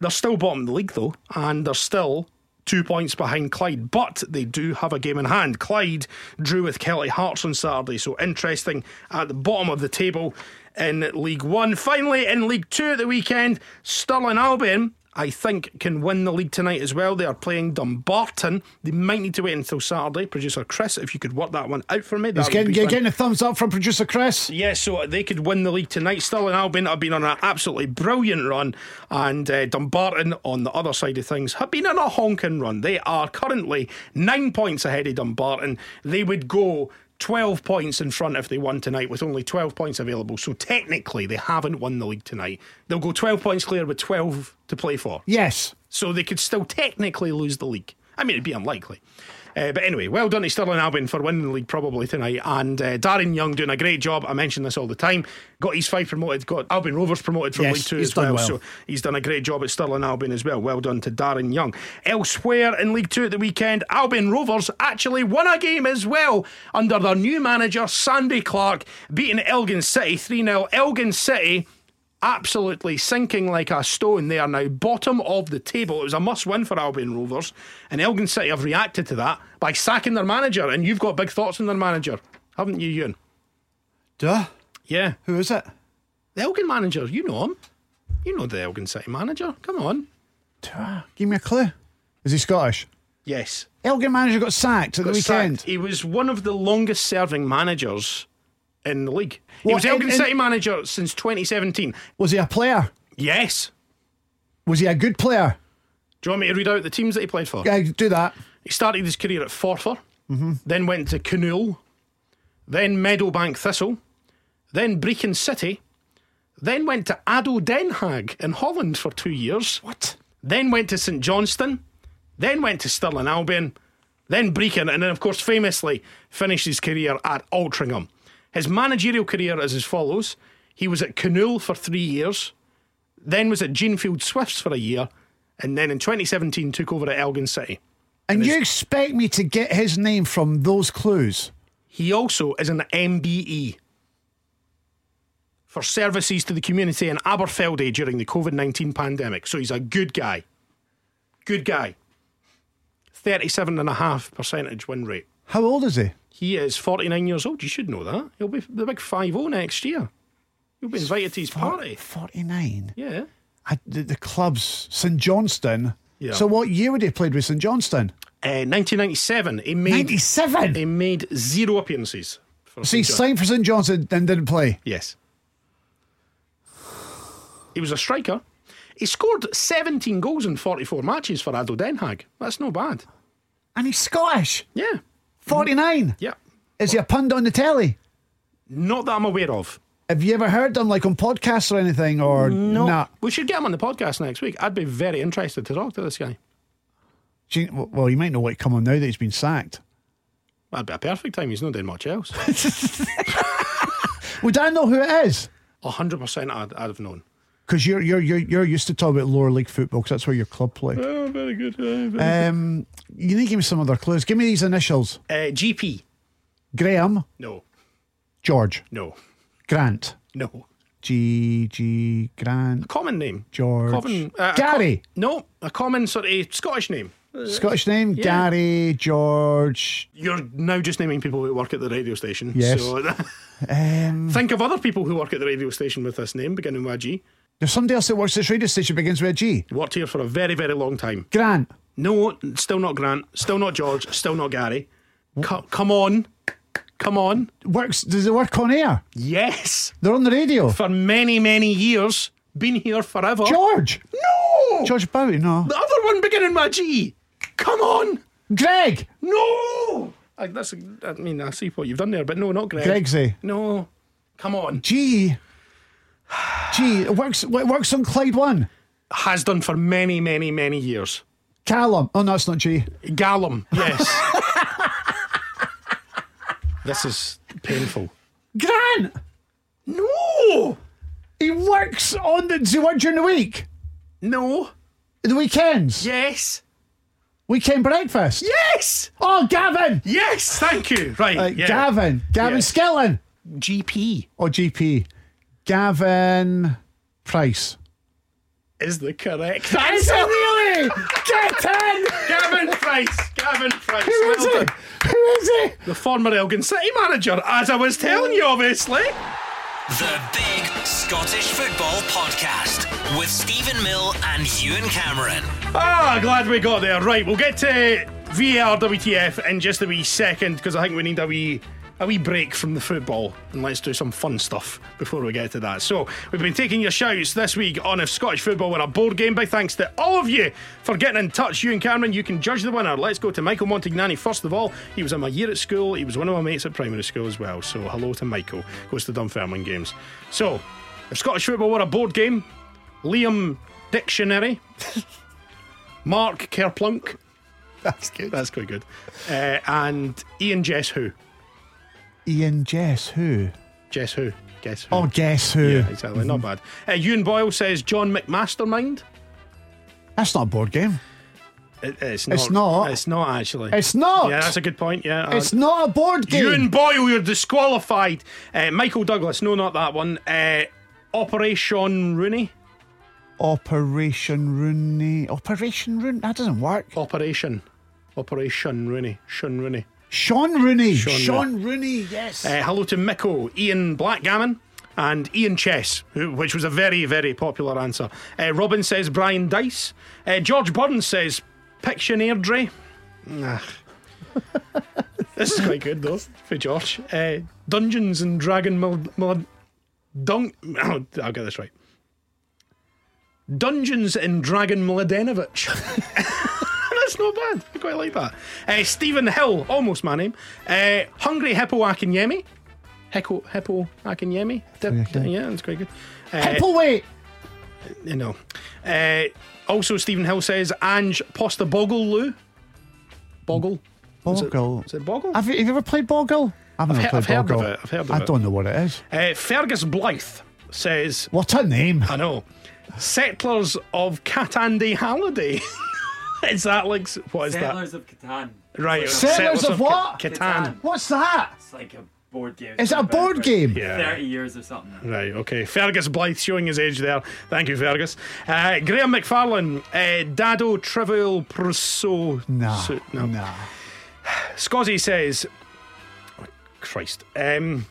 They're still bottom of the league, though, and they're still two points behind Clyde, but they do have a game in hand. Clyde drew with Kelly Hearts on Saturday, so interesting at the bottom of the table in League One. Finally, in League Two at the weekend, Stirling Albion I think, can win the league tonight as well. They are playing Dumbarton. They might need to wait until Saturday. Producer Chris, if you could work that one out for me, that
He's
would
getting,
be
get-
fun.
getting a thumbs up from producer Chris.
Yeah, so they could win the league tonight. Stirling Albion have been on an absolutely brilliant run, and uh, Dumbarton on the other side of things have been on a honking run. They are currently nine points ahead of Dumbarton. They would go. 12 points in front if they won tonight with only 12 points available. So technically, they haven't won the league tonight. They'll go 12 points clear with 12 to play for.
Yes.
So they could still technically lose the league. I mean, it'd be unlikely. Uh, but anyway, well done to Sterling Albion for winning the league probably tonight. And uh, Darren Young doing a great job. I mention this all the time. Got East Fife promoted, got Albion Rovers promoted from
Yes,
League Two
he's
as
done
well.
well.
So he's done a great job at Sterling Albion as well. Well done to Darren Young. Elsewhere in League Two at the weekend, Albion Rovers actually won a game as well under their new manager, Sandy Clark, beating Elgin City 3 0. Elgin City absolutely sinking like a stone. They are now bottom of the table. It was a must win for Albion Rovers, and Elgin City have reacted to that by sacking their manager. And you've got big thoughts on their manager, haven't you, Ewan?
Duh.
Yeah.
Who is it?
The Elgin manager, you know him. You know the Elgin City manager. Come on.
Duh. Give me a clue. Is he Scottish?
Yes.
Elgin manager got sacked at the
Got
weekend.
sacked. He was one of the longest serving managers in the league. He
Well,
was
in-
Elgin
in-
City manager since 2017.
Was he a player?
Yes.
Was he a good player?
Do you want me to read out the teams that he played for?
Yeah, do that.
He started his career at Forfar, then went to Canool, then Meadowbank Thistle, then Brecon City, then went to Ado Den Haag in Holland for two years. What? Then went to St Johnston, then went to Stirling Albion, then Brecon, and then, of course, famously finished his career at Altrincham. His managerial career is as follows he was at Canool for three years, then was at Genefield Swifts for a year, and then in 2017 took over at Elgin City.
And you expect me to get his name from those clues?
He also is an MBE for services to the community in Aberfeldy during the COVID 19 pandemic. So he's a good guy. Good guy. 37.5 percentage win rate.
How old is he?
He is 49 years old. You should know that. He'll be the big 5 0 next year. You'll be invited to his party.
49.
Yeah.
I, the, the club's St Johnston.
Yeah.
So what year would he have played with St Johnston?
Uh, 1997, he made,
97.
he made zero appearances. For
So he
St. John-
signed for St Johnston and didn't play.
Yes. He was a striker. He scored 17 goals in 44 matches for Ado Den Haag. That's no bad.
And he's Scottish.
Yeah.
49.
Yeah.
Is he a pund on the telly?
Not that I'm aware of.
Have you ever heard them like on podcasts or anything? Or no? Nah.
We should get him on the podcast next week. I'd be very interested to talk to this guy.
Do you- well, you might know what come on now that he's been sacked.
That'd be a perfect time. He's not doing much else.
Would I know who it is?
100% I'd, I'd have known.
Because you're, you're you're you're used to talk about lower league football because that's where your club play.
Oh, very good.
Um, you need to give me some other clues. Give me these initials:
Uh, GP.
Graham,
No.
George,
No.
Grant,
No.
G G Grant,
Common name.
George,
Common. uh, a
Gary.
co- no. A common sort of Scottish name.
Scottish name: Gary, George.
You're now just naming people who work at the radio station.
Yes.
So [laughs] that-
Um,
Think of other people who work at the radio station with this name, beginning with a G.
there's somebody else that works at this radio station begins with a G.
Worked here for a very, very long time.
Grant.
No, still not Grant, still not George, still not Gary. Co- come on. Come on.
Works. Does it work on air?
Yes.
They're on the radio.
For many, many years. Been here forever.
George.
No!
George Bowie. No.
The other one beginning with a G. Come on.
Greg.
No! I, that's, I mean, I see what you've done there, but no, not Greg.
Gregsy.
No. Come on.
G. G. It works. It works on Clyde One.
Has done for many, many, many years.
Callum. Oh no, it's not G.
Gallum, yes.
[laughs]
this is painful.
Grant.
No!
He works on the. Does he work during the week?
No.
The weekends.
Yes.
Weekend breakfast.
Yes!
Oh, Gavin.
Yes! Thank you. Right.
Uh,
yeah.
Gavin. Gavin
Yeah.
Skillen.
GP
Or GP. Gavin Price.
is the correct
Is it
answer.
really? Get in.
[laughs] Gavin Price. Gavin Price.
Who is
well
it?
done.
Who is it?
The former Elgin City manager, as I was telling you, obviously.
The Big Scottish Football Podcast with Stephen Mill and Ewan Cameron.
Ah, glad we got there. Right, we'll get to VAR WTF in just a wee second because I think we need a wee. A wee break from the football and let's do some fun stuff before we get to that. So, we've been taking your shouts this week on if Scottish football were a board game. Big thanks to all of you for getting in touch. You and Cameron, you can judge the winner. Let's go to Michael Montagnani first of all. He was in my year at school, he was one of my mates at primary school as well. So, hello to Michael. Goes to Dunfermline Games. So, if Scottish football were a board game, Liam Dictionary. Mark Kerplunk.
That's good.
[laughs] That's quite good. Uh, and Ian Jess Who.
Ian Jess, who?
Jess Who. Guess who.
Oh, guess who?
yeah, exactly. Not bad. Uh, Ewan Boyle says John McMastermind.
That's not a board game.
It- it's not.
It's not.
It's not actually.
It's not.
Yeah, that's a good point. Yeah. Uh,
It's not a board game.
Ewan Boyle, you're disqualified. Uh, Michael Douglas. No, not that one. Uh, Operation Rooney.
Operation Rooney. Operation Rooney. That doesn't work.
Operation. Operation Rooney. Shun Rooney.
Sean Rooney.
Sean
Sean, Rooney. Yes.
Uh, hello to Mickle, Ian Blackgammon, and Ian Chess, who, which was a very, very popular answer. Uh, Robin says Brian Dice. Uh, George Burns says Pictionary. Nah. this is quite good, though, for George. Uh, Dungeons and Dragon Mil- Mil- [coughs] Dung- oh, I'll get this right. Dungeons and Dragon Mladenovic. [laughs] That's not bad. I quite like that. Uh, Stephen Hill, almost my name. Uh, Hungry Hippo Akinyemi. Hecko, Hippo Akinyemi. Dip-
Akinyemi.
yeah, that's quite good. Uh,
Hippolyte.
You know. Uh, also, Stephen Hill says Ange Posta Boggle Lou. Boggle.
Bogle.
Is it Boggle?
Have you, have you ever played Boggle? I've never
he-
played
I've heard of
Boggle.
it, I've heard of
I
it.
don't know what it is.
Uh, Fergus Blythe says,
What a name.
I know, Settlers of Catandy Halliday. [laughs] is that like, s- what is
Settlers of Catan.
that? Right.
Settlers of what?
Ca- Catan.
Catan.
What's that?
It's like a board game.
Is it a board game?
Yeah.
Thirty years or something.
Right, okay. Fergus Blythe showing his age there. Thank you, Fergus. Uh, Graham McFarlane, uh, Dado Trivial Purso.
Nah.
so- no.
Nah.
Scozzy says, oh, Christ. Um,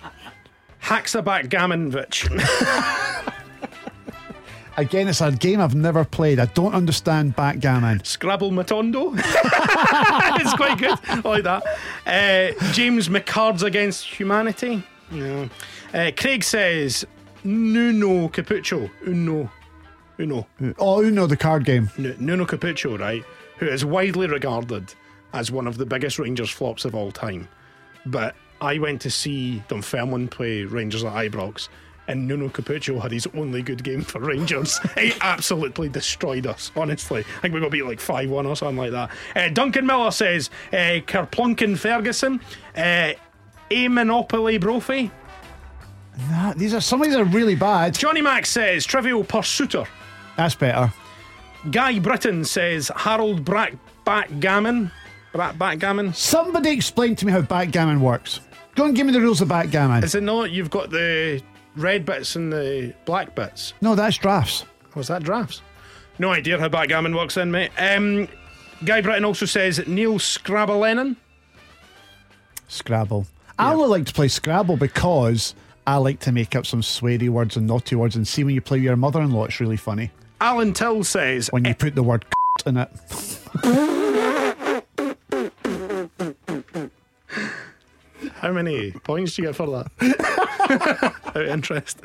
[sighs] Haxaback [laughs] Gammonovich.
Again, it's a game I've never played. I don't understand backgammon.
Scrabble Matondo. [laughs] it's quite good. I like that. Uh, James McCards Against Humanity. No. Uh, Craig says, Nuno Capucho. Uno. Uno.
Oh, Uno, the card game.
N- Nuno Capucho, right, who is widely regarded as one of the biggest Rangers flops of all time. But I went to see Dunfermline play Rangers at Ibrox, and Nuno Capucho had his only good game for Rangers. [laughs] he absolutely destroyed us, honestly. I think we got beat like 5 1 or something like that. Uh, Duncan Miller says uh, Kerplunkin Ferguson, uh, A Monopoly Brophy.
Nah, these are some of these are really bad.
Johnny Max says Trivial Pursuiter.
That's better.
Guy Britton says Harold Brack Backgammon. Brat Backgammon.
Somebody explain to me how backgammon works. Go and give me the rules of backgammon.
Is it not? You've got the red bits and the black bits.
No, that's drafts.
Was that drafts? No idea how backgammon works in, mate. Um, Guy Britton also says Neil Scrabble
Scrabble. I would like to play Scrabble because I like to make up some sweary words and naughty words and see when you play with your mother in law, it's really funny.
Alan Till says eh,
When you put the word [laughs] c- in it.
How many points do you get for that?
[laughs]
Out of interest.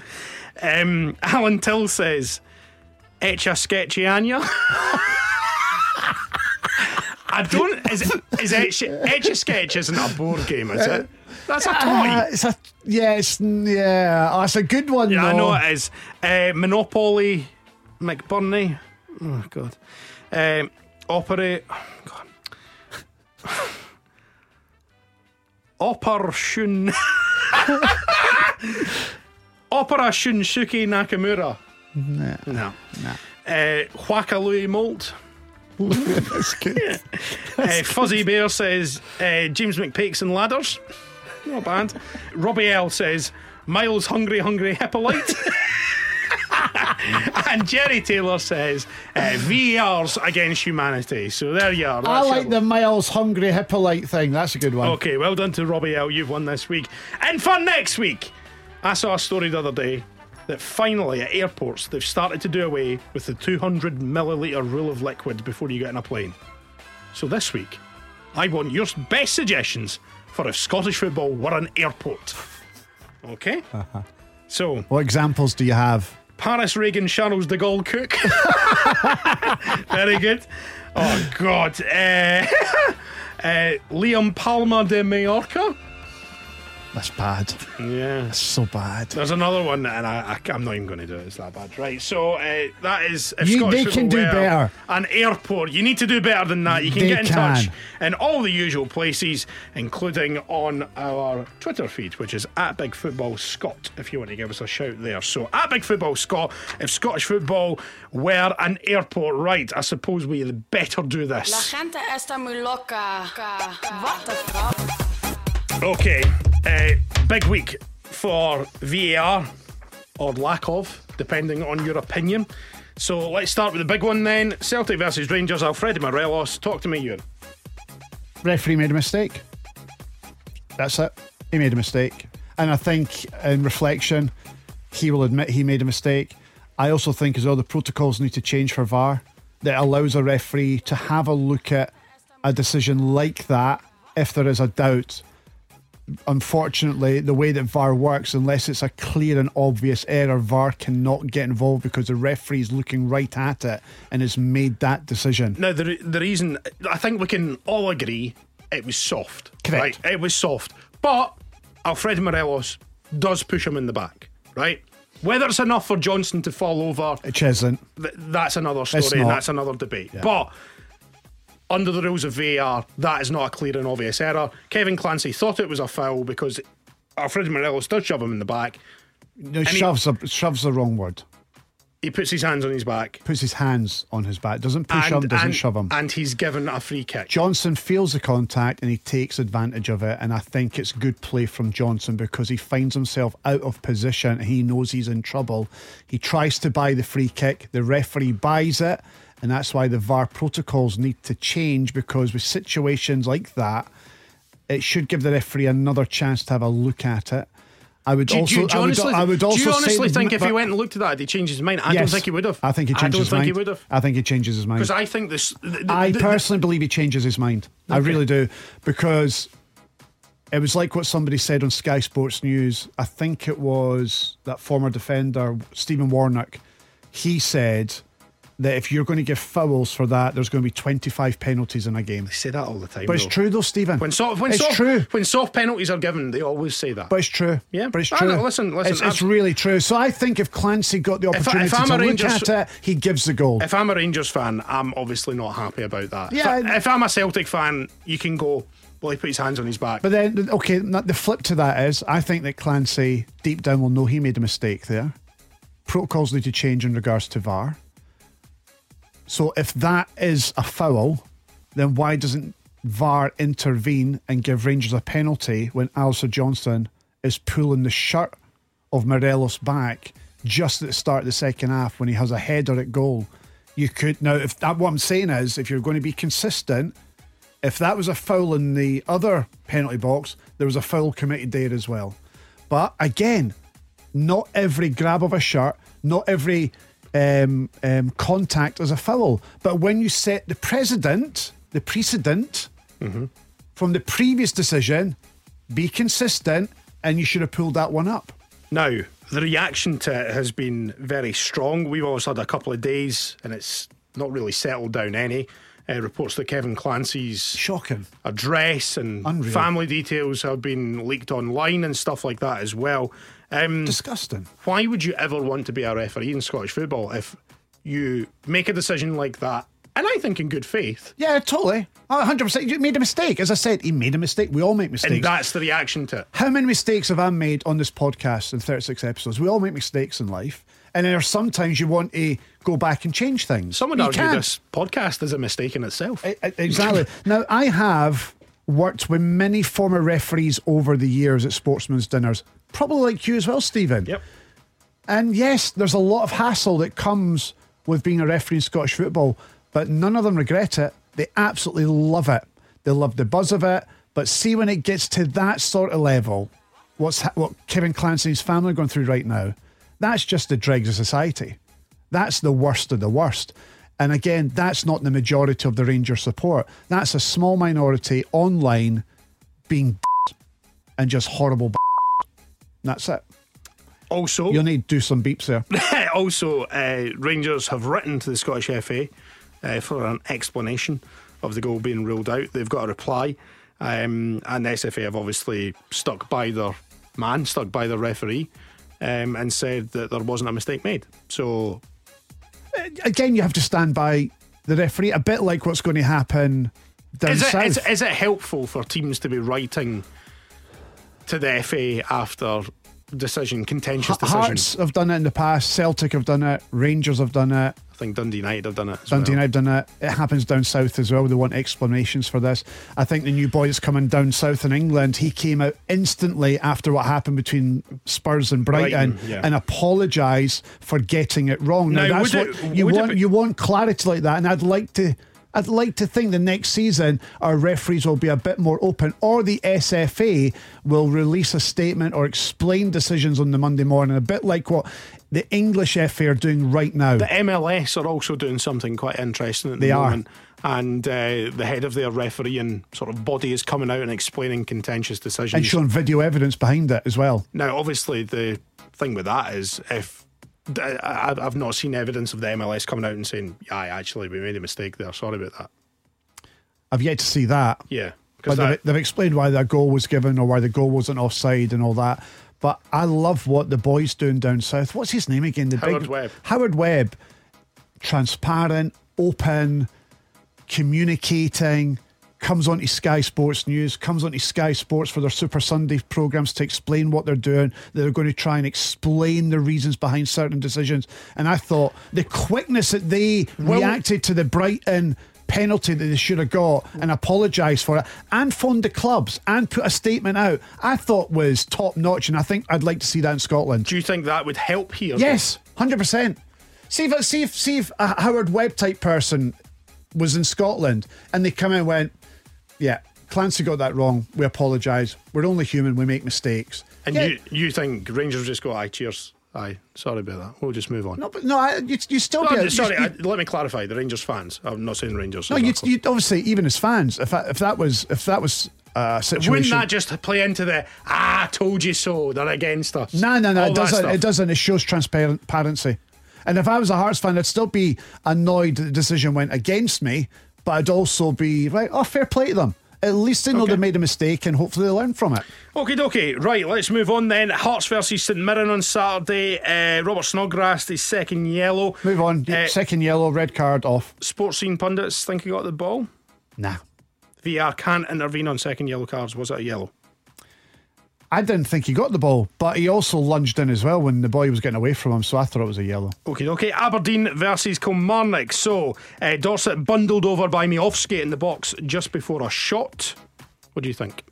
Um, Alan Till says, Etcha sketchy Anya. [laughs] I don't. Is, is Etcha, Etcha Sketch isn't a board game, is it? That's a toy.
Uh, it's a, yeah, it's, yeah, oh, it's a good one.
yeah, I
though.
know it is. Uh, Monopoly McBurney. Oh, God. Um, operate. Oh, God. [laughs] Operation. [laughs] Opera Shunsuke Nakamura. No. No. Uh, Whackaloo Malt. [laughs] Uh, Fuzzy Bear says uh, James McPakes and Ladders. Not bad. Robbie L says Miles Hungry Hungry Hippolyte. [laughs] and Jerry Taylor says uh, VARs against humanity. So there you are.
I
That's
like
it.
the Miles Hungry Hippolyte thing. That's a good one.
Okay, well done to Robbie L. You've won this week. And for next week, I saw a story the other day that finally at airports they've started to do away with the 200 milliliter rule of liquid before you get in a plane. So this week, I want your best suggestions for if Scottish football were an airport. Okay? So,
What examples do you have?
Paris Reagan Charles de Gaulle Cook. [laughs] Very good. Oh, God. Uh, [laughs] uh, Liam Palma de Mallorca.
That's bad.
Yeah.
So bad.
There's another one, and I, I, am not even going to do it. It's that bad. Right. So uh, that is. If
You-
Scottish
they
football
can do
were
better.
An airport. You need to do better than that. You can
They
get in touch
can.
in all the usual places, including on our Twitter feed, which is at Big Football Scott, if you want to give us a shout there. So at Big Football Scott, if Scottish football were an airport, right, I suppose we would better do
La
this.
gente está muy loca. What the fuck?
Okay. Uh, big week for VAR or lack of, depending on your opinion. So let's start with the big one then. Celtic versus Rangers. Alfredo Morelos, talk to me, Ewan.
referee made a mistake. That's it. He made a mistake. And I think in reflection, he will admit he made a mistake. I also think as well the protocols need to change for VAR that allows a referee to have a look at a decision like that if there is a doubt. Unfortunately, the way that VAR works, unless it's a clear and obvious error, VAR cannot get involved because the referee is looking right at it and has made that decision.
Now, the, re- the reason, I think we can all agree it was soft.
Correct.
Right? It was soft. But Alfredo Morelos does push him in the back, right? Whether it's enough for Johnson to fall over,
Which isn't.
th- that's another story and
not.
that's another debate. But under the rules of VAR, that is not a clear and obvious error. Kevin Clancy thought it was a foul because Alfred Morelos does shove him in the back.
No, shoves, a, shoves the wrong word.
He puts his hands on his back.
puts his hands on his back, doesn't push
and,
him, doesn't
and-
shove him.
And he's given a free kick.
Johnson feels the contact and he takes advantage of it. And I think it's good play from Johnson because he finds himself out of position. He knows he's in trouble. He tries to buy the free kick. The referee buys it. And that's why the VAR protocols need to change because with situations like that, it should give the referee another chance to have a look at it. I would
do, you-
also,
do you
I would,
honestly,
I would also
do you
say-
honestly think if he
but-
went and looked at that, did he change his mind? I don't
Yes.
think he would have.
I think he
I
changes
don't
his
think
mind.
he would have.
I think he changes his mind.
Because I think this. The, the,
I
the-
personally believe he changes his mind. I really do. Because it was like what somebody said on Sky Sports News. I think it was that former defender, Stephen Warnock. He said that if you're going to give fouls for that, there's going to be 25 penalties in a game.
say that all the time.
But it's
though.
true, though, Stephen.
When soft, when
it's
soft,
true.
When soft penalties are given, they always say that.
But it's true.
Yeah.
But it's
No,
true.
no, listen, listen,
It's, it's
I'm-
really true. So I think if Clancy got the
I- if
opportunity
I'm a
to look
Rangers-
at it, he gives the goal.
If I'm a Rangers fan, I'm obviously not happy about that. If I-
Yeah, I-
If, I'm a Celtic fan, you can go. Well, he put his hands on his back.
But then, okay, the flip to that is I think that Clancy, deep down, will know he made a mistake there. Protocols need to change in regards to VAR. So if that is a foul, then why doesn't VAR intervene and give Rangers a penalty when Alistair Johnston is pulling the shirt of Morelos back just at the start of the second half when he has a header at goal? You could now if that what I'm saying is if you're going to be consistent, if that was a foul in the other penalty box, there was a foul committed there as well. But again, not every grab of a shirt, not every um, um, contact is a foul. But when you set the precedent, the precedent from the previous decision, be consistent, and you should have pulled that one up.
now, the reaction to it has been very strong. We've always had a couple of days, and it's not really settled down any. Uh, reports that Kevin Clancy's
Shocking.
address and
Unreal.
family details have been leaked online and stuff like that as well. Um,
Disgusting.
why would you ever want to be a referee in Scottish football if you make a decision like that? And I think in good faith.
Yeah, totally. 100%. You made a mistake. As I said, he made a mistake. We all make mistakes.
And that's the reaction to it.
How many mistakes have I made on this podcast in 36 episodes? We all make mistakes in life. And there are sometimes you want to go back and change things.
Someone
You
argue
can't.
this podcast is a mistake in itself.
E- e- Exactly. [laughs] now, I have worked with many former referees over the years at sportsmen's dinners, probably like you as well, Stephen.
Yep.
And yes, there's a lot of hassle that comes with being a referee in Scottish football, but none of them regret it. They absolutely love it. They love the buzz of it. But see, when it gets to that sort of level, what's ha- what Kevin Clancy and his family are going through right now, that's just the dregs of society. That's the worst of the worst. And again, that's not the majority of the Ranger support. That's a small minority online being [laughs] and just horrible. [laughs] And that's it.
Also,
You'll need to do some beeps there.
[laughs] also, uh, Rangers have written to the Scottish FA uh, for an explanation of the goal being ruled out. They've got a reply, um, and the SFA have obviously stuck by their man, stuck by their referee, um, and said that there wasn't a mistake made. So,
Again, you have to stand by the referee, a bit like what's going to happen down
is it,
south.
is, is it helpful for teams to be writing to the FA after decision, contentious
Ha-
decision?
Hearts have done it in the past. Celtic have done it. Rangers have done it.
I think Dundee United have done it. as
Dundee
well.
United have done it. It happens down south as well. They want explanations for this. I think the new boy that's coming down south in England, he came out instantly after what happened between Spurs and Brighton,
Brighton, yeah.
and apologised for getting it wrong. Now,
Now,
that's
would
what
it-
you
would it
want.
be-
you want clarity like that, and I'd like to. I'd like to think the next season our referees will be a bit more open, or the SFA will release a statement or explain decisions on the Monday morning, a bit like what the English FA are doing right now.
The MLS are also doing something quite interesting at the
They are.
moment. And uh, the head of their refereeing sort of body is coming out and explaining contentious decisions.
and showing video evidence behind it as well.
Now, obviously, the thing with that is if I- I- I've not seen evidence of the MLS coming out and saying, "Yeah, actually, we made a mistake there. Sorry about that."
I've yet to see that.
Yeah, because
But they've, they've explained why that goal was given or why the goal wasn't offside and all that. But I love what the boy's doing down south. What's his name again? The
Howard
big,
Webb.
Howard Webb. Transparent, open, communicating, comes onto Sky Sports News, comes onto Sky Sports for their Super Sunday programs to explain what they're doing. They're going to try and explain the reasons behind certain decisions. And I thought the quickness that they reacted to the Brighton penalty that they should have got and apologised for it and phoned the clubs and put a statement out, I thought was top notch. And I think I'd like to see that in Scotland.
do you think that would help here?
Yes, hundred percent. See if see if see if a Howard Webb type person was in Scotland and they come in and went, yeah, Clancy got that wrong. We apologise. We're only human. We make mistakes.
And
Yeah,
you you think Rangers just go, "Aye, cheers." Aye, sorry about that. We'll just move on.
no, oh, but no, I, you you still
No,
be
I'm
a-
just-
you-
sorry,
you-
I, let me clarify. The Rangers fans. I'm not saying Rangers.
no,
as a [laughs]
you
club.
you obviously even as fans, if that, if that was if that was a situation,
Wouldn't that just play into the "Ah, told you so"? They're against us.
No, no, no.
All
It
that
doesn't.
stuff.
It doesn't. It shows transparency. And if I was a Hearts fan, I'd still be annoyed that the decision went against me, but I'd also be right. Oh, fair play to them. At least they know they made a mistake, and hopefully they learn from it.
Okay, dokie. Right, let's move on then. Hearts versus St Mirren on Saturday. Uh, Robert Snodgrass, his second yellow.
Move on.
Uh,
Second yellow, red card off.
sports scene pundits think he got the ball.
Nah,
VR can't intervene on second yellow cards. Was it a yellow?
I didn't think he got the ball, but he also lunged in as well when the boy was getting away from him. So I thought it was a yellow.
Okay, okay. Aberdeen versus Kilmarnock. So uh, Dorset bundled over by Miofsky in the box just before a shot. What do you think?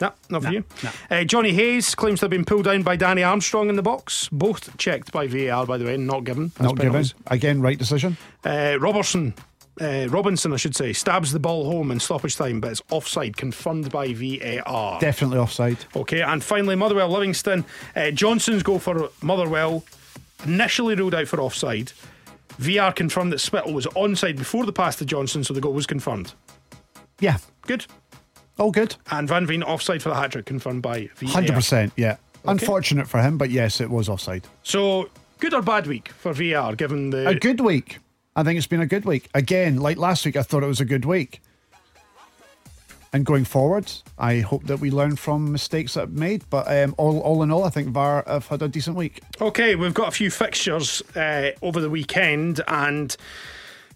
Nah, not for you. Uh, Johnny Hayes claims to have been pulled down by Danny Armstrong in the box. Both checked by VAR, by the way, not given. as
Not given.
penalties.
Again, right decision.
Uh, Robertson, uh, Robinson, I should say, stabs the ball home in stoppage time, but it's offside, confirmed by VAR.
Definitely offside.
Okay, and finally, Motherwell Livingston. Uh, Johnson's goal for Motherwell, initially ruled out for offside. VR confirmed that Spittle was onside before the pass to Johnson, so the goal was confirmed.
Yeah.
Good.
All good.
And Van Veen offside for the hat trick, confirmed by VAR.
Hundred percent. Yeah. Unfortunate for him, but yes, it was offside.
So, good or bad week for VR, given the.
a good week. I think it's been a good week. Again, like last week, I thought it was a good week. And going forward, I hope that we learn from mistakes that I've made. But um, all, all in all, I think VAR have had a decent week.
Okay, we've got a few fixtures uh, over the weekend and.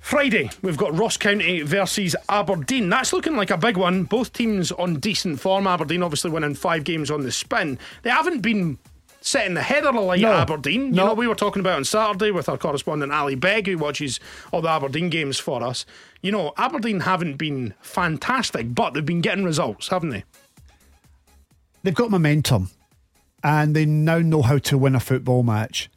Friday, we've got Ross County versus Aberdeen. That's looking like a big one. Both teams on decent form. Aberdeen obviously winning five games on the spin. They haven't been setting the header alight
No.
Aberdeen. You
No.
know, we were talking about on Saturday with our correspondent Ali Beg, who watches all the Aberdeen games for us. You know, Aberdeen haven't been fantastic, but they've been getting results, haven't they?
They've got momentum. and they now know how to win a football match.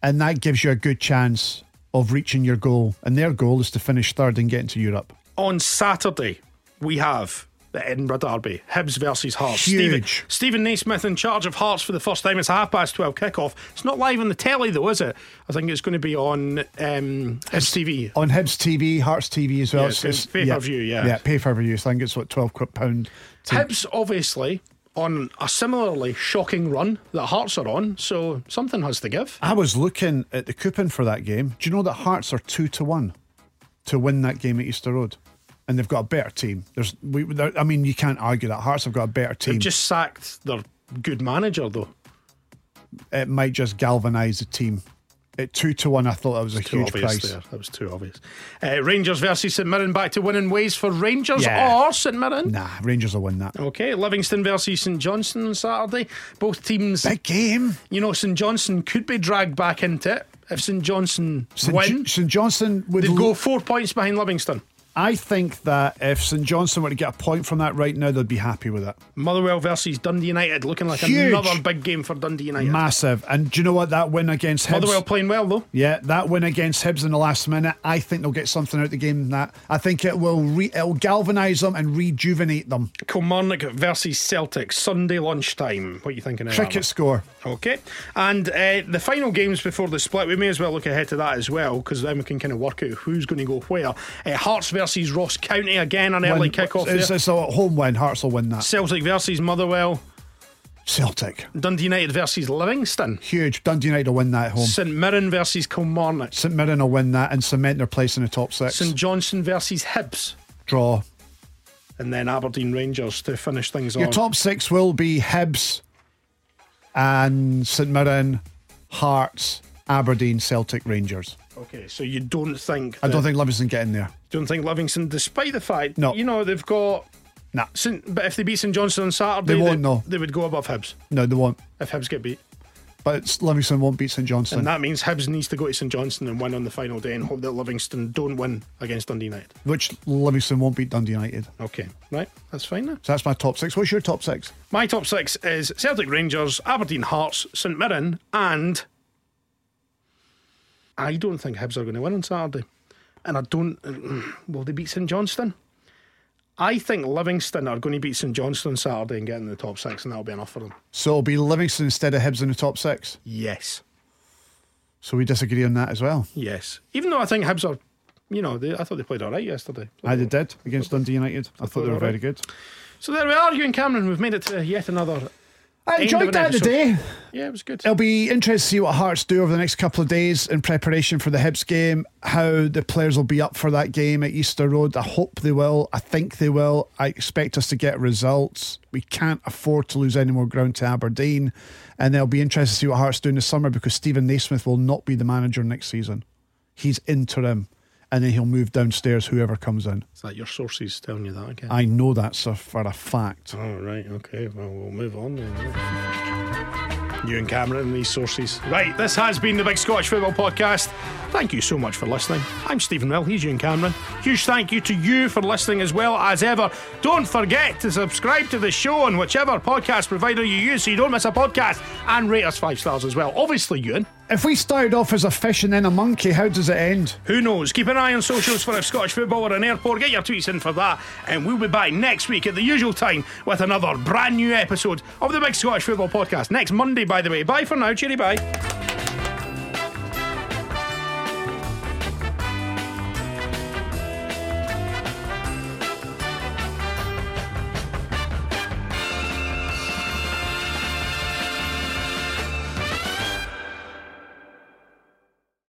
And that gives you a good chance of reaching your goal. And their goal is to finish third and get into Europe.
on Saturday, we have the Edinburgh Derby, Hibs versus Hearts.
Huge.
Stephen, Stephen Naismith in charge of Hearts for the first time. It's a half past 12 kickoff. It's not live on the telly, though, is it? I think it's going to be on um, Hibs TV.
On Hibs TV, Hearts TV as well.
Yeah, it's pay-per-view, yeah.
Yeah, pay per view. So I think it's what, £12 quid pound. to-
Hibs, obviously, on a similarly shocking run that Hearts are on, so something has to give.
I was looking at the coupon for that game. Do you know that Hearts are two to one to win that game at Easter Road, and they've got a better team. There's, we, there, I mean, you can't argue that Hearts have got a better team.
They've just sacked their good manager, though.
it might just galvanise the team. At two to one, I thought that was a
Too
huge
obvious
price.
there. That was too obvious. Uh, Rangers versus St Mirren back to winning ways for Rangers
Yeah.
or St Mirren?
Nah, Rangers will win that.
Okay, Livingston versus St Johnson on Saturday. Both teams,
Big game.
you know, St Johnson could be dragged back into it if St Johnson
St.
win.
Jo- St. Johnson would.
They'd
l-
go four points behind Livingston.
I think that if St. Johnson were to get a point from that right now, they'd be happy with it.
Motherwell versus Dundee United, looking like
Huge.
another big game for Dundee United.
Massive. And do you know what? That win against Hibs.
Motherwell playing well though.
Yeah, that win against Hibs in the last minute, I think they'll get something out of the game. That I think it will re- it'll galvanise them and rejuvenate them.
Kilmarnock versus Celtic Sunday lunchtime. What are you thinking? of that
Cricket score.
one? Okay, and uh, the final games before the split, we may as well look ahead to that as well, because then we can kind of work out who's going to go where. Uh, Hearts versus Ross County again, an early
Win-
kickoff.
It's,
there.
it's a home win. Hearts will win that.
Celtic versus Motherwell,
Celtic,
Dundee United versus Livingston,
huge. Dundee United will win that at home.
St Mirren versus Kilmarnock,
St Mirren will win that and cement their place in the top six.
St Johnson versus Hibs,
Draw.
and then Aberdeen Rangers to finish things
Your
off.
top six will be Hibs and St Mirren, Hearts, Aberdeen, Celtic, Rangers.
Okay, so you don't think
I don't
that-
think Livingston get in there.
don't think Livingston, despite the fact
No.
you know they've got
Nah,
St, but if they beat St Johnson on Saturday,
They won't, no.
they would go above Hibs
no, they won't.
if Hibs get beat,
But it's- Livingston won't beat St Johnstone.
and that means Hibs needs to go to St Johnson and win on the final day and hope that Livingston don't win against Dundee United.
which Livingston won't beat Dundee United.
Okay, right, that's fine now.
So that's my top six. What's your top six?
My top six is Celtic Rangers, Aberdeen Hearts, St Mirren, and I don't think Hibs are going to win on Saturday. And I don't. [clears throat] Will they beat St Johnston? I think Livingston are going to beat St Johnston Saturday and get in the top six, and that'll be enough for them.
So it'll be Livingston instead of Hibs in the top six.
Yes.
So we disagree on that as well.
Yes. Even though I think Hibs are, you know, they, I thought they played all right yesterday.
I did did against Dundee United. I thought they were very good.
So there we are, you and Cameron. We've made it to yet another.
I
End of
enjoyed
an
that
episode.
today.
Yeah, it was good.
It'll be interesting to see what Hearts do over the next couple of days in preparation for the Hibs game, how the players will be up for that game at Easter Road. I hope they will. I think they will. I expect us to get results. We can't afford to lose any more ground to Aberdeen. And it'll be interesting to see what Hearts do in the summer because Stephen Naismith will not be the manager next season. He's interim. And then he'll move downstairs, whoever comes in.
Is that your sources telling you that again?
I know that's a, for a fact.
All right, okay, well, we'll move on then. You and Cameron and these sources. Right, this has been the Big Scottish Football Podcast. Thank you so much for listening. I'm Stephen Mill, he's Ewan Cameron. Huge thank you to you for listening as well as ever. Don't forget to subscribe to the show on whichever podcast provider you use so you don't miss a podcast and rate us five stars as well. Obviously, Ewan.
If we started off as a fish and then a monkey, how does it end?
Who knows? Keep an eye on socials for if Scottish football are an airport. Get your tweets in for that. And we'll be back next week at the usual time with another brand new episode of the Big Scottish Football Podcast. Next Monday, by the way. Bye for now. Cheery bye.